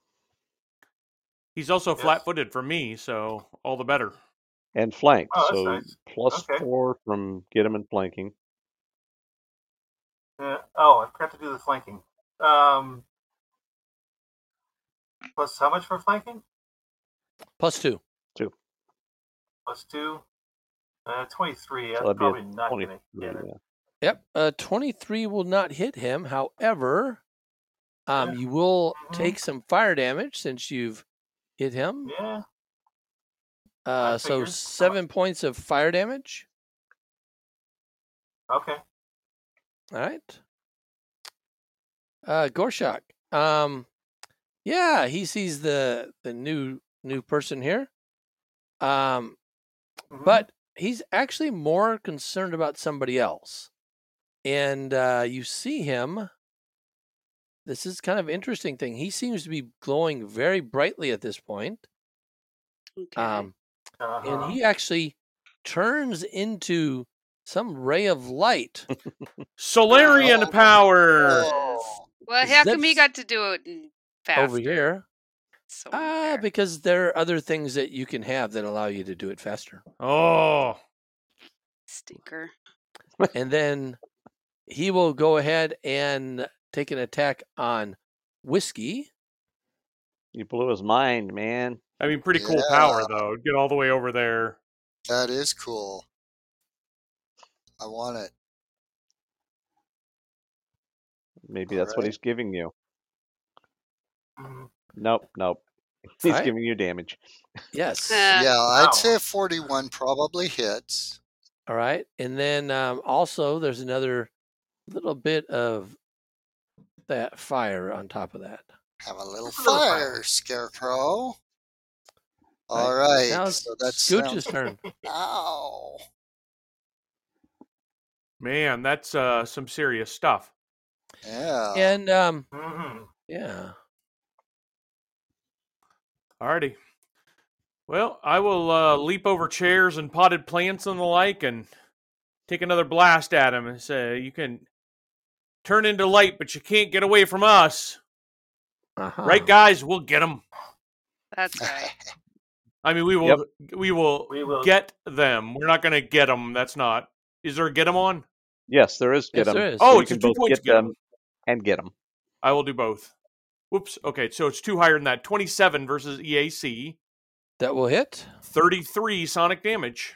S6: He's also
S7: Yes.
S6: flat-footed for me, so all the better.
S9: And flank.
S7: Oh, that's
S9: so
S7: nice.
S9: plus
S7: Okay.
S9: four from get him and flanking.
S7: Uh, oh, I forgot to do the flanking. Um, plus how much for flanking?
S1: Plus two.
S7: Plus two. Uh, twenty-three.
S9: So
S7: That's
S9: that'd be a
S7: probably not
S9: Twenty.
S7: gonna
S9: yeah.
S7: hit it.
S1: Yep. Uh, 23 will not hit him. However, um, you will
S7: Mhm.
S1: take some fire damage since you've hit him.
S7: Yeah.
S1: Uh, so
S7: figured.
S1: seven points of fire damage.
S7: Okay.
S1: All right. Uh, Gorshak. Um, yeah, he sees the the new new person here. Um,
S7: Mhm.
S1: but he's actually more concerned about somebody else. And uh, you see him. This is kind of interesting thing. He seems to be glowing very brightly at this point.
S8: Okay.
S1: Um,
S7: Uh-huh.
S1: and he actually turns into some ray of light.
S6: Solarian
S10: Oh.
S6: power.
S10: Oh.
S8: well,
S1: is
S8: how come
S1: that's-
S8: you got to do it in faster?
S1: over here.
S8: So
S1: Ah,
S8: unfair.
S1: because there are other things that you can have that allow you to do it faster.
S6: Oh,
S8: stinker.
S1: And then he will go ahead and take an attack on Whiskey.
S9: You blew his mind, man.
S6: I mean, pretty cool power though. Get all the way over there.
S10: That is cool. I want it.
S9: Maybe that's what
S10: Alright.
S9: he's giving you.
S7: Mhm.
S9: Nope, nope. He's
S1: Alright.
S9: giving you damage.
S1: Yes.
S8: Uh,
S10: yeah,
S7: wow.
S10: I'd say 41 probably hits.
S1: All right. And then um, also, there's another little bit of that fire on top of that.
S10: Have a little
S7: Just a little
S10: fire,
S7: fire.
S10: Scarecrow. All right.
S1: Now it's
S10: so uh that's
S1: Gooch's
S10: sound-
S1: turn.
S10: Ow.
S6: Man, that's uh, some serious stuff.
S10: Yeah.
S1: And um,
S7: Mhm.
S1: yeah,
S6: Alrighty. Well, I will uh, leap over chairs and potted plants and the like and take another blast at him and say, You can turn into light, but you can't get away from us.
S1: uh-huh.
S7: Oh.
S6: Right, guys? We'll get them.
S8: That's right.
S6: I mean, we will,
S9: Yep.
S6: we will
S7: We will
S6: get them. We're not going to get them. That's not. Is there a get them on?
S9: Yes, there is
S1: Yes,
S9: get them.
S1: there is.
S6: Oh,
S9: you
S6: it's a
S9: can both
S6: two-point
S9: get
S6: to get 'em.
S9: them and get them.
S6: I will do both. Whoops. Okay, so it's two higher than that. 27 versus E EAC,
S1: that will hit.
S6: 33 sonic damage.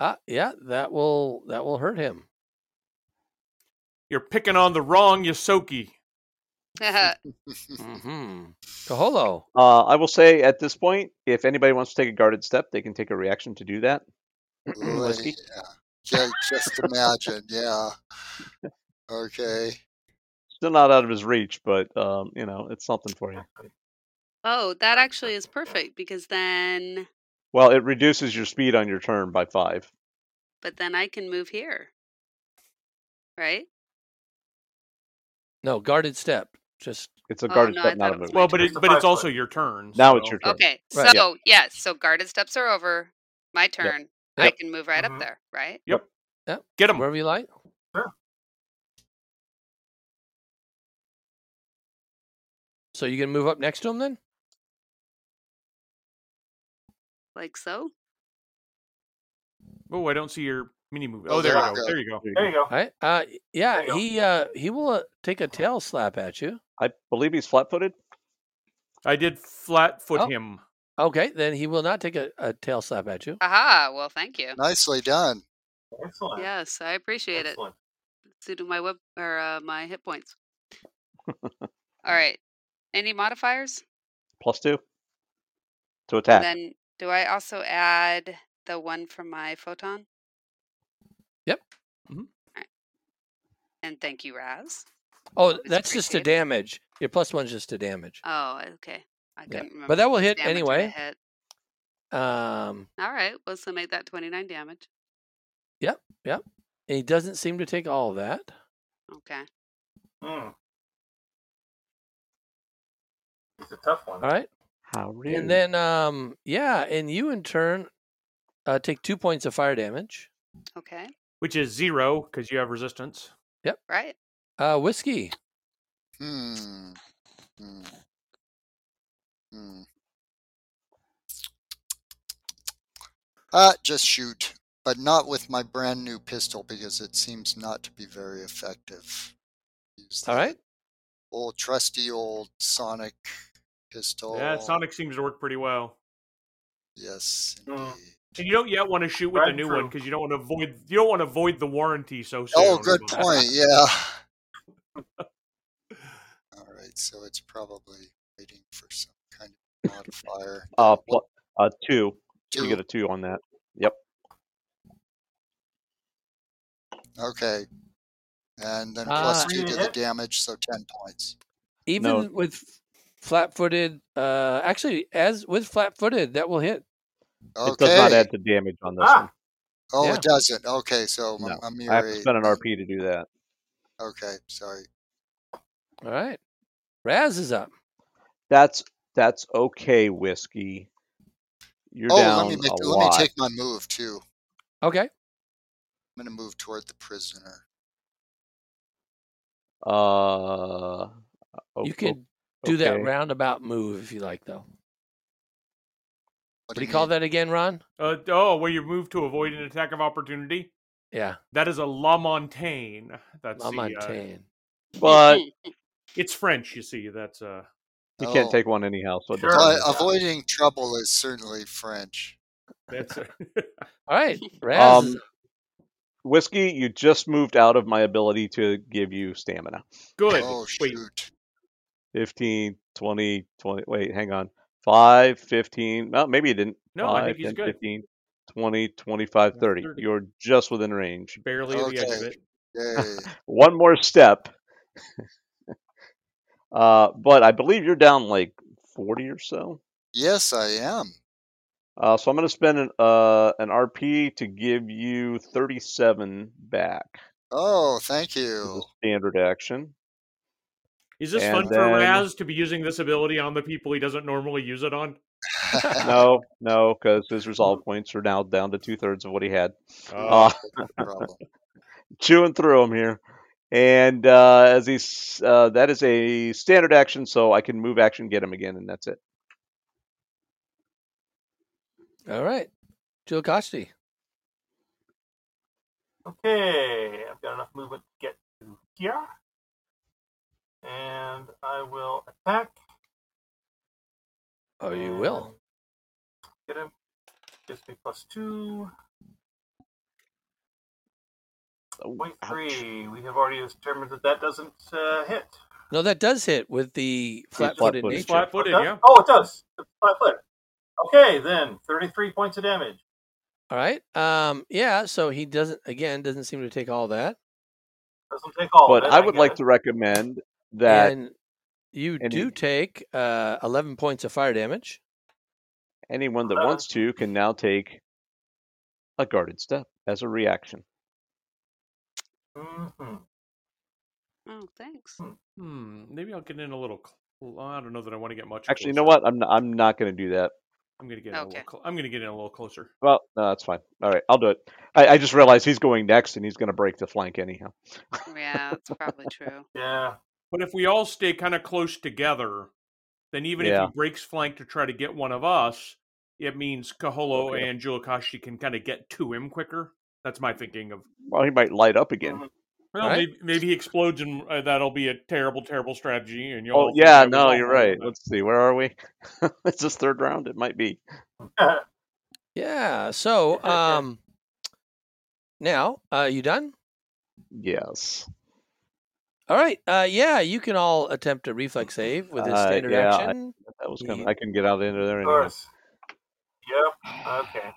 S1: Ah, yeah, that will that will hurt him.
S6: You're picking on the wrong Yosoki.
S1: Mm-hmm. Kaholo.
S9: Uh, I will say at this point, if anybody wants to take a guarded step, they can take a reaction to do that. Whiskey.
S10: Yeah. Just, just imagine. Yeah. Okay.
S9: Still not out of his reach, but um, you know it's something for you.
S8: oh, that actually is perfect because then,
S9: Well, it reduces your speed on your turn by five.
S8: but then I can move here. Right?
S1: No guarded step. Just
S9: It's a
S8: Oh,
S9: guarded
S8: no, I
S9: step, not
S8: thought
S9: a
S8: it was
S9: move.
S8: my
S6: Well, but
S8: turn.
S6: it, but it's also your turn.
S9: now it's
S6: so-
S9: your turn.
S8: Okay.
S1: Right.
S8: So, yes. So guarded steps are over. My turn. I
S1: Yep. Mm-hmm.
S8: can move right
S7: Mhm.
S8: up there, right?
S6: Get him.
S1: wherever you like.
S7: Hmm. Sure.
S1: So you can move up next to him then.
S8: Like so.
S6: Oh, I don't see your mini move.
S10: Oh,
S6: Oh, there
S10: there
S6: you
S10: we
S6: go.
S10: go.
S6: There you go.
S9: There you
S7: There
S9: go.
S7: you go.
S1: All right. Uh,
S7: There you
S1: yeah,
S7: go.
S1: he uh, he will uh, take a tail slap at you.
S9: I believe he's flat-footed.
S6: I did flat foot
S1: Oh.
S6: him.
S1: Okay, then he will not take a, a tail slap at you.
S8: Aha. Well, thank you.
S10: Nicely done.
S7: Excellent.
S8: Yes, I appreciate it.
S7: Excellent.
S8: It's due to my web or uh, my hit points. All right. Any modifiers?
S9: Plus two to
S8: And
S9: attack.
S8: Then do I also add the one from my photon?
S1: Yep. Mm-hmm.
S6: Mhm.
S8: All right. And thank you, Raz.
S1: Oh,
S8: Always
S1: that's just to
S8: appreciated.
S1: damage. Your plus one's just to damage.
S8: Oh, okay. I couldn't remember.
S1: But that will
S8: how much
S1: hit
S8: damage I
S1: anyway.
S8: hit.
S1: Um,
S8: All right. Well, so make that 29 damage.
S1: and he doesn't seem to take all that.
S8: Okay.
S7: Mm. It's a tough one.
S9: Ah,
S1: All right,
S9: How rude.
S1: and then um, yeah, and you in turn uh, take two points of fire damage.
S8: Okay.
S6: Which is zero because you have resistance.
S8: Right.
S1: Uh, whiskey.
S10: Hmm. Hmm. Hmm. Uh, just shoot, but not with my brand new pistol because it seems not to be very effective. Use
S1: All
S10: the
S1: right.
S10: Old trusty old Sonic pistol.
S6: Yeah, Sonic Oh, seems to work pretty well.
S10: Yes, indeed.
S7: Mm.
S6: And you don't yet want to shoot with the
S7: Right,
S6: new
S7: true.
S6: one because you don't want to avoid you don't want to avoid the warranty so soon.
S10: Oh, good point. Yeah. All right, so it's probably waiting for some kind of modifier.
S9: uh, pl- uh, two.
S10: Two.
S9: You get a two on that.
S10: Okay. And then
S6: Uh,
S1: Ah.
S10: plus
S1: Are
S10: two
S7: you
S10: to the
S7: hit?
S10: damage, so 10 points.
S1: Even with flat-footed, uh, actually, as with flat-footed, that will hit.
S10: Okay.
S9: It does not add to damage on this
S7: Ah,
S10: oh,
S1: yeah.
S10: it doesn't. Okay, so
S9: No,
S10: I'm, I'm
S9: one. I have to spend an RP to do that.
S10: Okay, sorry.
S1: All right. Raz is up.
S9: That's that's okay, whiskey. You're
S10: oh,
S9: down
S10: let me make,
S9: a
S10: let
S9: lot.
S10: me take my move too.
S1: Okay.
S10: I'm going to move toward the prisoner.
S9: Uh, o-
S1: You
S9: o-
S1: could do that
S9: okay.
S1: roundabout move if you like, though. What
S10: What
S1: do you call
S10: mean?
S1: that again, Ron?
S6: Uh, oh, where you move to avoid an attack of opportunity.
S1: Yeah,
S6: That is a La Montagne. That's
S1: La
S6: the, uh,
S1: Montagne.
S9: But
S8: Mm-hmm.
S6: it's French, you see. That's uh
S9: you can't
S10: Oh.
S9: take one anyhow, so it
S7: Sure.
S9: doesn't
S10: But
S9: matter.
S7: Yeah.
S10: avoiding trouble is certainly French.
S6: that's uh,
S1: All right, Raz. is
S9: Um,
S1: up.
S9: Whiskey, you just moved out of my ability to give you stamina.
S6: good.
S10: Oh,
S6: Wait,
S10: shoot.
S9: 15, 20, 20. Wait, hang on. 5, 15. Well, maybe you didn't.
S6: No, I
S9: 5,
S6: think he's
S9: 10,
S6: good.
S9: 15, 20, 25, 30.
S6: 30.
S9: You're just within range.
S6: barely at the edge
S10: Okay.
S6: of it.
S10: Yay.
S9: One more step. uh, but I believe you're down like 40 or so.
S10: yes, I am.
S9: Uh, so I'm going to spend an, uh, an RP to give you 37 back.
S10: Oh,
S9: as
S10: thank
S9: a
S10: you.
S9: Standard action.
S6: Is this
S9: And
S6: fun for
S9: then-
S6: Raz to be using this ability on the people he doesn't normally use it on?
S9: No, no, because his resolve points are now down to two thirds of what he had.
S6: Uh,
S9: Uh,
S10: Problem.
S9: chewing through them here. And uh, as he's, uh, that is a standard action, so I can move action, get him again, and that's it.
S1: All right. Jill Costi.
S7: Okay, I've got enough movement to get to here. And I will attack.
S1: Oh, you
S7: Uh,
S1: will.
S7: Get him. Gives me plus two.
S9: Oh,
S7: Point
S9: ouch.
S7: three. We have already determined that that doesn't uh, hit.
S1: No, that does hit with the flat-footed
S9: flat-footed.
S1: nature.
S6: flat footed,
S7: Does-
S6: yeah.
S7: Oh, it does. It's five foot. Okay, then 33 points of damage.
S1: All right. Um. Yeah. So he doesn't. Again, doesn't seem to take all that.
S7: Doesn't take all.
S9: But
S7: of it,
S9: I would
S7: get
S9: like
S7: it.
S9: to recommend that,
S1: and you
S9: and
S1: do
S9: he-
S1: take uh 11 points of fire damage.
S9: anyone that
S7: Uh,
S9: wants to can now take a guarded step as a reaction.
S7: Mhm.
S8: Oh, thanks.
S6: Hmm, maybe I'll get in a little. Cl- I don't know that I want to get much.
S9: Actually, you know
S6: closer.
S9: what? I'm not, I'm not going to do that.
S6: I'm gonna get in a little.
S8: Okay.
S6: Cl- I'm gonna get in a little closer.
S9: Well, no, that's fine. All right, I'll do it. I, I just realized he's going next, and he's going to break the flank anyhow.
S8: Yeah, that's probably true.
S7: Yeah.
S6: But if we all stay kind of close together, then even
S9: Yeah.
S6: if he breaks flank to try to get one of us, it means Kaholo
S9: Okay.
S6: and Julakashi can kind of get to him quicker. That's my thinking of.
S9: Well, he might light up again.
S7: Mhm.
S6: Well,
S1: Right.
S6: maybe, maybe he explodes, and uh, that'll be a terrible, terrible strategy. And you'll.
S9: Oh
S6: all think
S9: yeah,
S6: I was
S9: no,
S6: awful,
S9: you're right.
S6: but-
S9: Let's see, where are we? it's this third round. It might be.
S1: Yeah. So um. Now, uh, you done?
S9: Yes.
S1: All right. Uh, yeah, you can all attempt a reflex save with his
S9: Uh,
S1: standard
S9: yeah, I-
S1: action.
S9: That was coming.
S1: Yeah.
S9: I can get out into there
S7: Of
S9: anyway.
S7: course. Yep. Okay.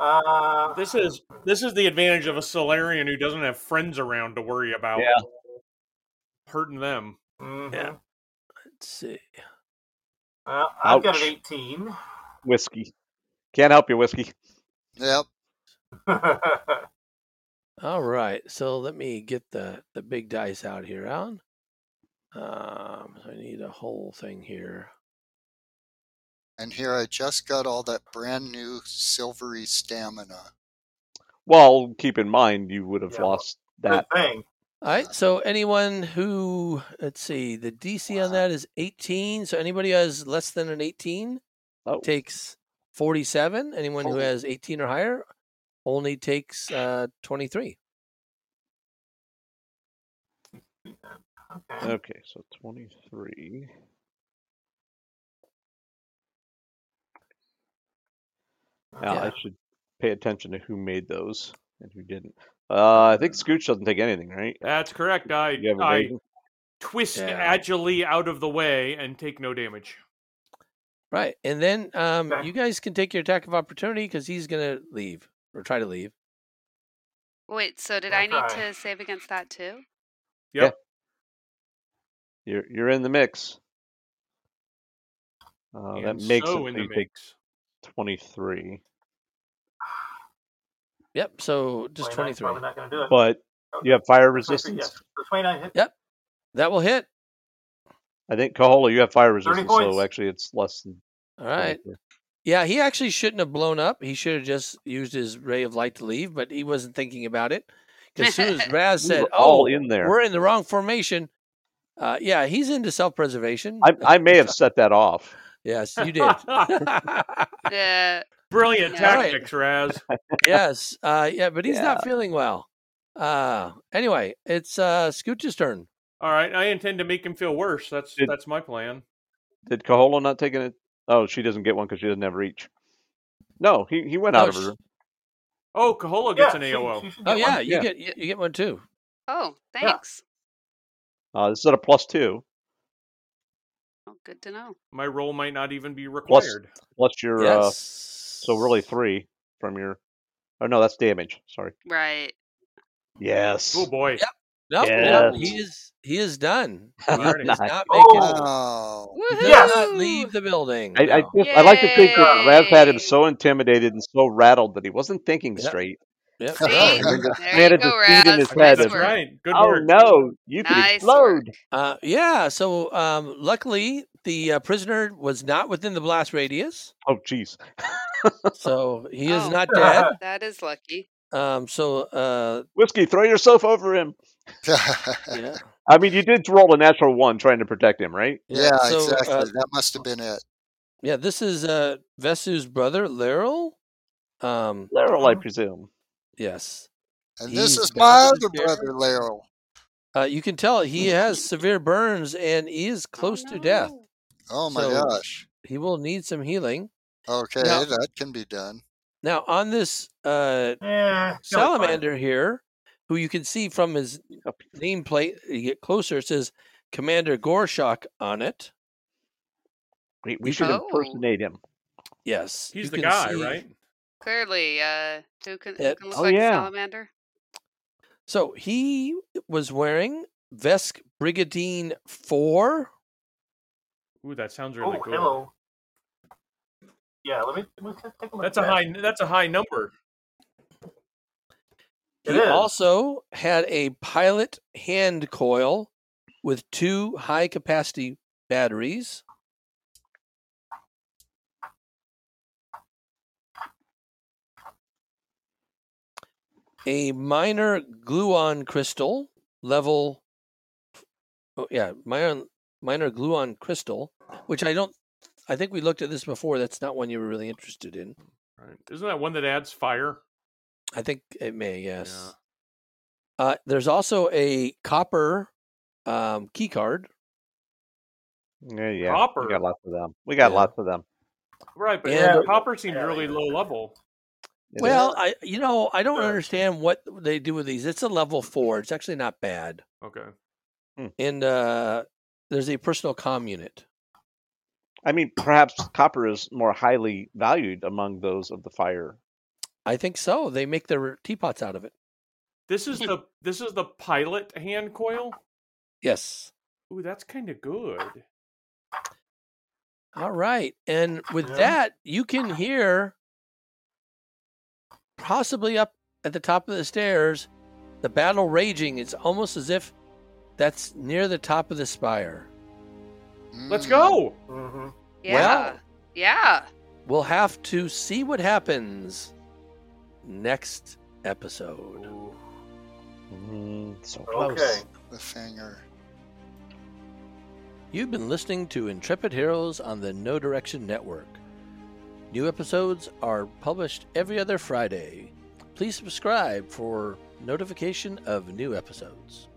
S7: Uh,
S6: This is this is the advantage of a Solarian who doesn't have friends around to worry about
S9: Yeah.
S6: hurting them.
S7: mhm.
S1: Yeah. Let's see.
S7: Well, I've got an
S9: Ouch.
S7: 18.
S9: Whiskey. Can't help you, whiskey.
S10: Yep.
S1: All right. So let me get the the big dice out here, Alan. Um, I need a whole thing here.
S10: And here I just got all that brand new silvery stamina.
S9: Well, keep in mind you would have
S7: Yeah.
S9: lost
S7: Good
S9: that.
S7: thing.
S1: All right. So anyone who let's see, the DC on
S10: Wow.
S1: that is 18. So anybody who has less than an 18
S9: Oh.
S1: takes 47. Anyone who
S10: Holy-
S1: has 18 or higher only takes uh 23.
S7: Okay.
S9: Okay, so twenty-three. Now
S1: Yeah.
S9: I should pay attention to who made those and who didn't. Uh, I think Scooch doesn't take anything, right?
S6: That's correct. I
S9: You have
S6: I
S9: evasion?
S6: twist
S1: Yeah.
S6: agilely out of the way and take no damage.
S1: Right. And then um
S7: Okay.
S1: you guys can take your attack of opportunity cuz he's going to leave or try to leave.
S8: Wait, so did
S7: Well,
S8: I need
S7: try.
S8: to save against that too?
S9: You're you're in the mix. Uh, that
S6: and
S9: makes
S6: so
S9: it
S6: in
S9: so
S6: the
S9: you take
S6: mix.
S9: twenty-three.
S1: Yep. So just
S7: 29's
S1: 23.
S7: Probably not going to do it.
S9: But you have fire resistance.
S7: Yes. The 29 hit.
S1: That will hit.
S9: I think Kahola, you have fire resistance,
S7: points.
S9: so actually it's less than.
S1: All right.
S9: 24.
S1: Yeah, he actually shouldn't have blown up. He should have just used his ray of light to leave, but he wasn't thinking about it. 'Cause As soon as Raz
S9: We
S1: said,
S9: were
S1: "Oh,
S9: all in there.
S1: we're in the wrong formation," uh, yeah, he's into self-preservation.
S9: I, I may have set that off.
S1: yes, you did.
S8: The
S6: Brilliant
S8: Yeah.
S6: tactics, Raz.
S1: yes, uh, yeah, but he's not feeling well. Uh, anyway, it's uh, Scooch's turn.
S6: All right, I intend to make him feel worse. That's
S9: Did-
S6: that's my plan.
S9: Did Kahola not take it? Oh, she doesn't get one because she doesn't have reach. No, he, he went
S1: No,
S9: out of
S1: she-
S9: her room.
S6: Oh, Kahola
S7: Yeah,
S6: gets an
S7: she-
S6: AOO.
S7: she should
S1: Oh
S7: get
S1: yeah,
S7: one.
S1: you
S9: yeah.
S1: get you, you get one too.
S8: oh, thanks.
S9: Uh, this is at a plus two,
S8: Oh, good to know.
S6: My role might not even be required.
S9: plus your uh,
S1: yes.
S9: so really three from your. Oh no, that's damage. Sorry.
S8: Right.
S9: Yes.
S6: Oh boy.
S1: Yep. No,
S9: Yeah.
S1: no, he is he is done. He does
S9: Alrighty.
S1: not make it.
S10: Oh,
S8: Woohoo!
S1: He does not leave the building.
S9: I, I,
S1: No.
S9: just, I like to think that Rev had him
S8: Yay.
S9: so intimidated and so rattled that he wasn't thinking
S1: Yep.
S9: straight.
S1: Yep,
S8: See?
S1: no.
S9: And just
S8: There you
S9: planted
S8: go,
S9: the seed in
S8: Raz.
S9: his
S8: Nice
S9: head
S6: That's
S9: of,
S8: work.
S6: right. Good
S9: oh
S6: work.
S9: no, you could
S8: Nice
S9: explode.
S8: work.
S1: Uh, yeah. So um, luckily, the uh, prisoner was not within the blast radius,
S9: Oh jeez.
S1: so he is
S8: Oh.
S1: not dead.
S8: That is lucky. Oh,
S1: Um, so uh,
S9: Whiskey, throw yourself over him.
S1: yeah,
S9: I mean, you did roll a natural one trying to protect him, right?
S10: yeah,
S1: so
S10: exactly.
S1: uh,
S10: that must have been it.
S1: yeah, this is uh, Vesu's brother, Laryl. Um,
S9: Laurel,
S6: Uh-huh.
S9: I presume.
S1: yes.
S10: And this
S1: he's
S10: is
S1: back
S10: my
S1: in the
S10: other
S1: chair.
S10: brother, Laryl.
S1: Uh, you can tell he has severe burns and he is close
S8: Oh,
S1: to death.
S8: no.
S10: Oh my
S1: So-
S10: gosh.
S1: He will need some healing.
S10: Okay,
S1: Now-
S10: that can be done.
S1: Now, on this uh,
S7: Eh, he'll be fine.
S1: salamander here, who you can see from his nameplate, you get closer, it says Commander Gorshak on it.
S9: We,
S1: You
S9: we should
S8: can- Oh.
S9: impersonate him.
S1: Yes.
S6: He's
S1: you
S6: the
S1: can
S6: guy,
S1: see-
S6: right?
S8: Clearly, uh, who can, who
S1: It-
S8: can look
S9: oh,
S8: like a
S9: yeah.
S8: salamander?
S1: So he was wearing Vesk Brigandine 4.
S6: Ooh, that sounds
S7: Oh,
S6: really good.
S7: hello. Yeah, let me, let me take a look.
S6: That's
S7: at
S6: a
S7: that.
S6: high. That's a high number.
S7: It
S1: he
S7: is.
S1: also had a pilot hand coil with two high capacity batteries. A minor gluon crystal level oh yeah, minor minor gluon crystal, which I don't I think we looked at this before. That's not one you were really interested in.
S6: Right. Isn't that one that adds fire?
S1: I think it may, yes. Uh, there's also a copper um, key card.
S9: Yeah, yeah.
S6: Copper.
S9: We got lots of them. We got
S1: Yeah.
S9: lots of them.
S6: Right, but
S1: And-
S6: copper seems really low level.
S9: It is.
S1: Well, I you know I don't
S6: Sure.
S1: understand what they do with these. It's a level four. It's actually not bad.
S6: Okay.
S1: And uh, there's a personal comm unit.
S9: I mean, perhaps copper is more highly valued among those of the fire.
S1: I think so. They make their teapots out of it.
S6: This is the this is the pilot hand coil.
S1: Yes.
S6: Ooh, that's kind of good.
S1: All right. And with
S7: Yeah.
S1: that, you can hear possibly up at the top of the stairs the battle raging. It's almost as if that's near the top of the spire.
S6: Let's
S10: Mm.
S6: go.
S7: Mhm.
S8: Yeah.
S1: Well-
S8: yeah.
S1: We'll have to see what happens next episode.
S9: Mm, so close.
S7: Okay.
S10: The finger.
S1: You've been listening to Intrepid Heroes on the No Direction Network. New episodes are published every other Friday. Please subscribe for notification of new episodes.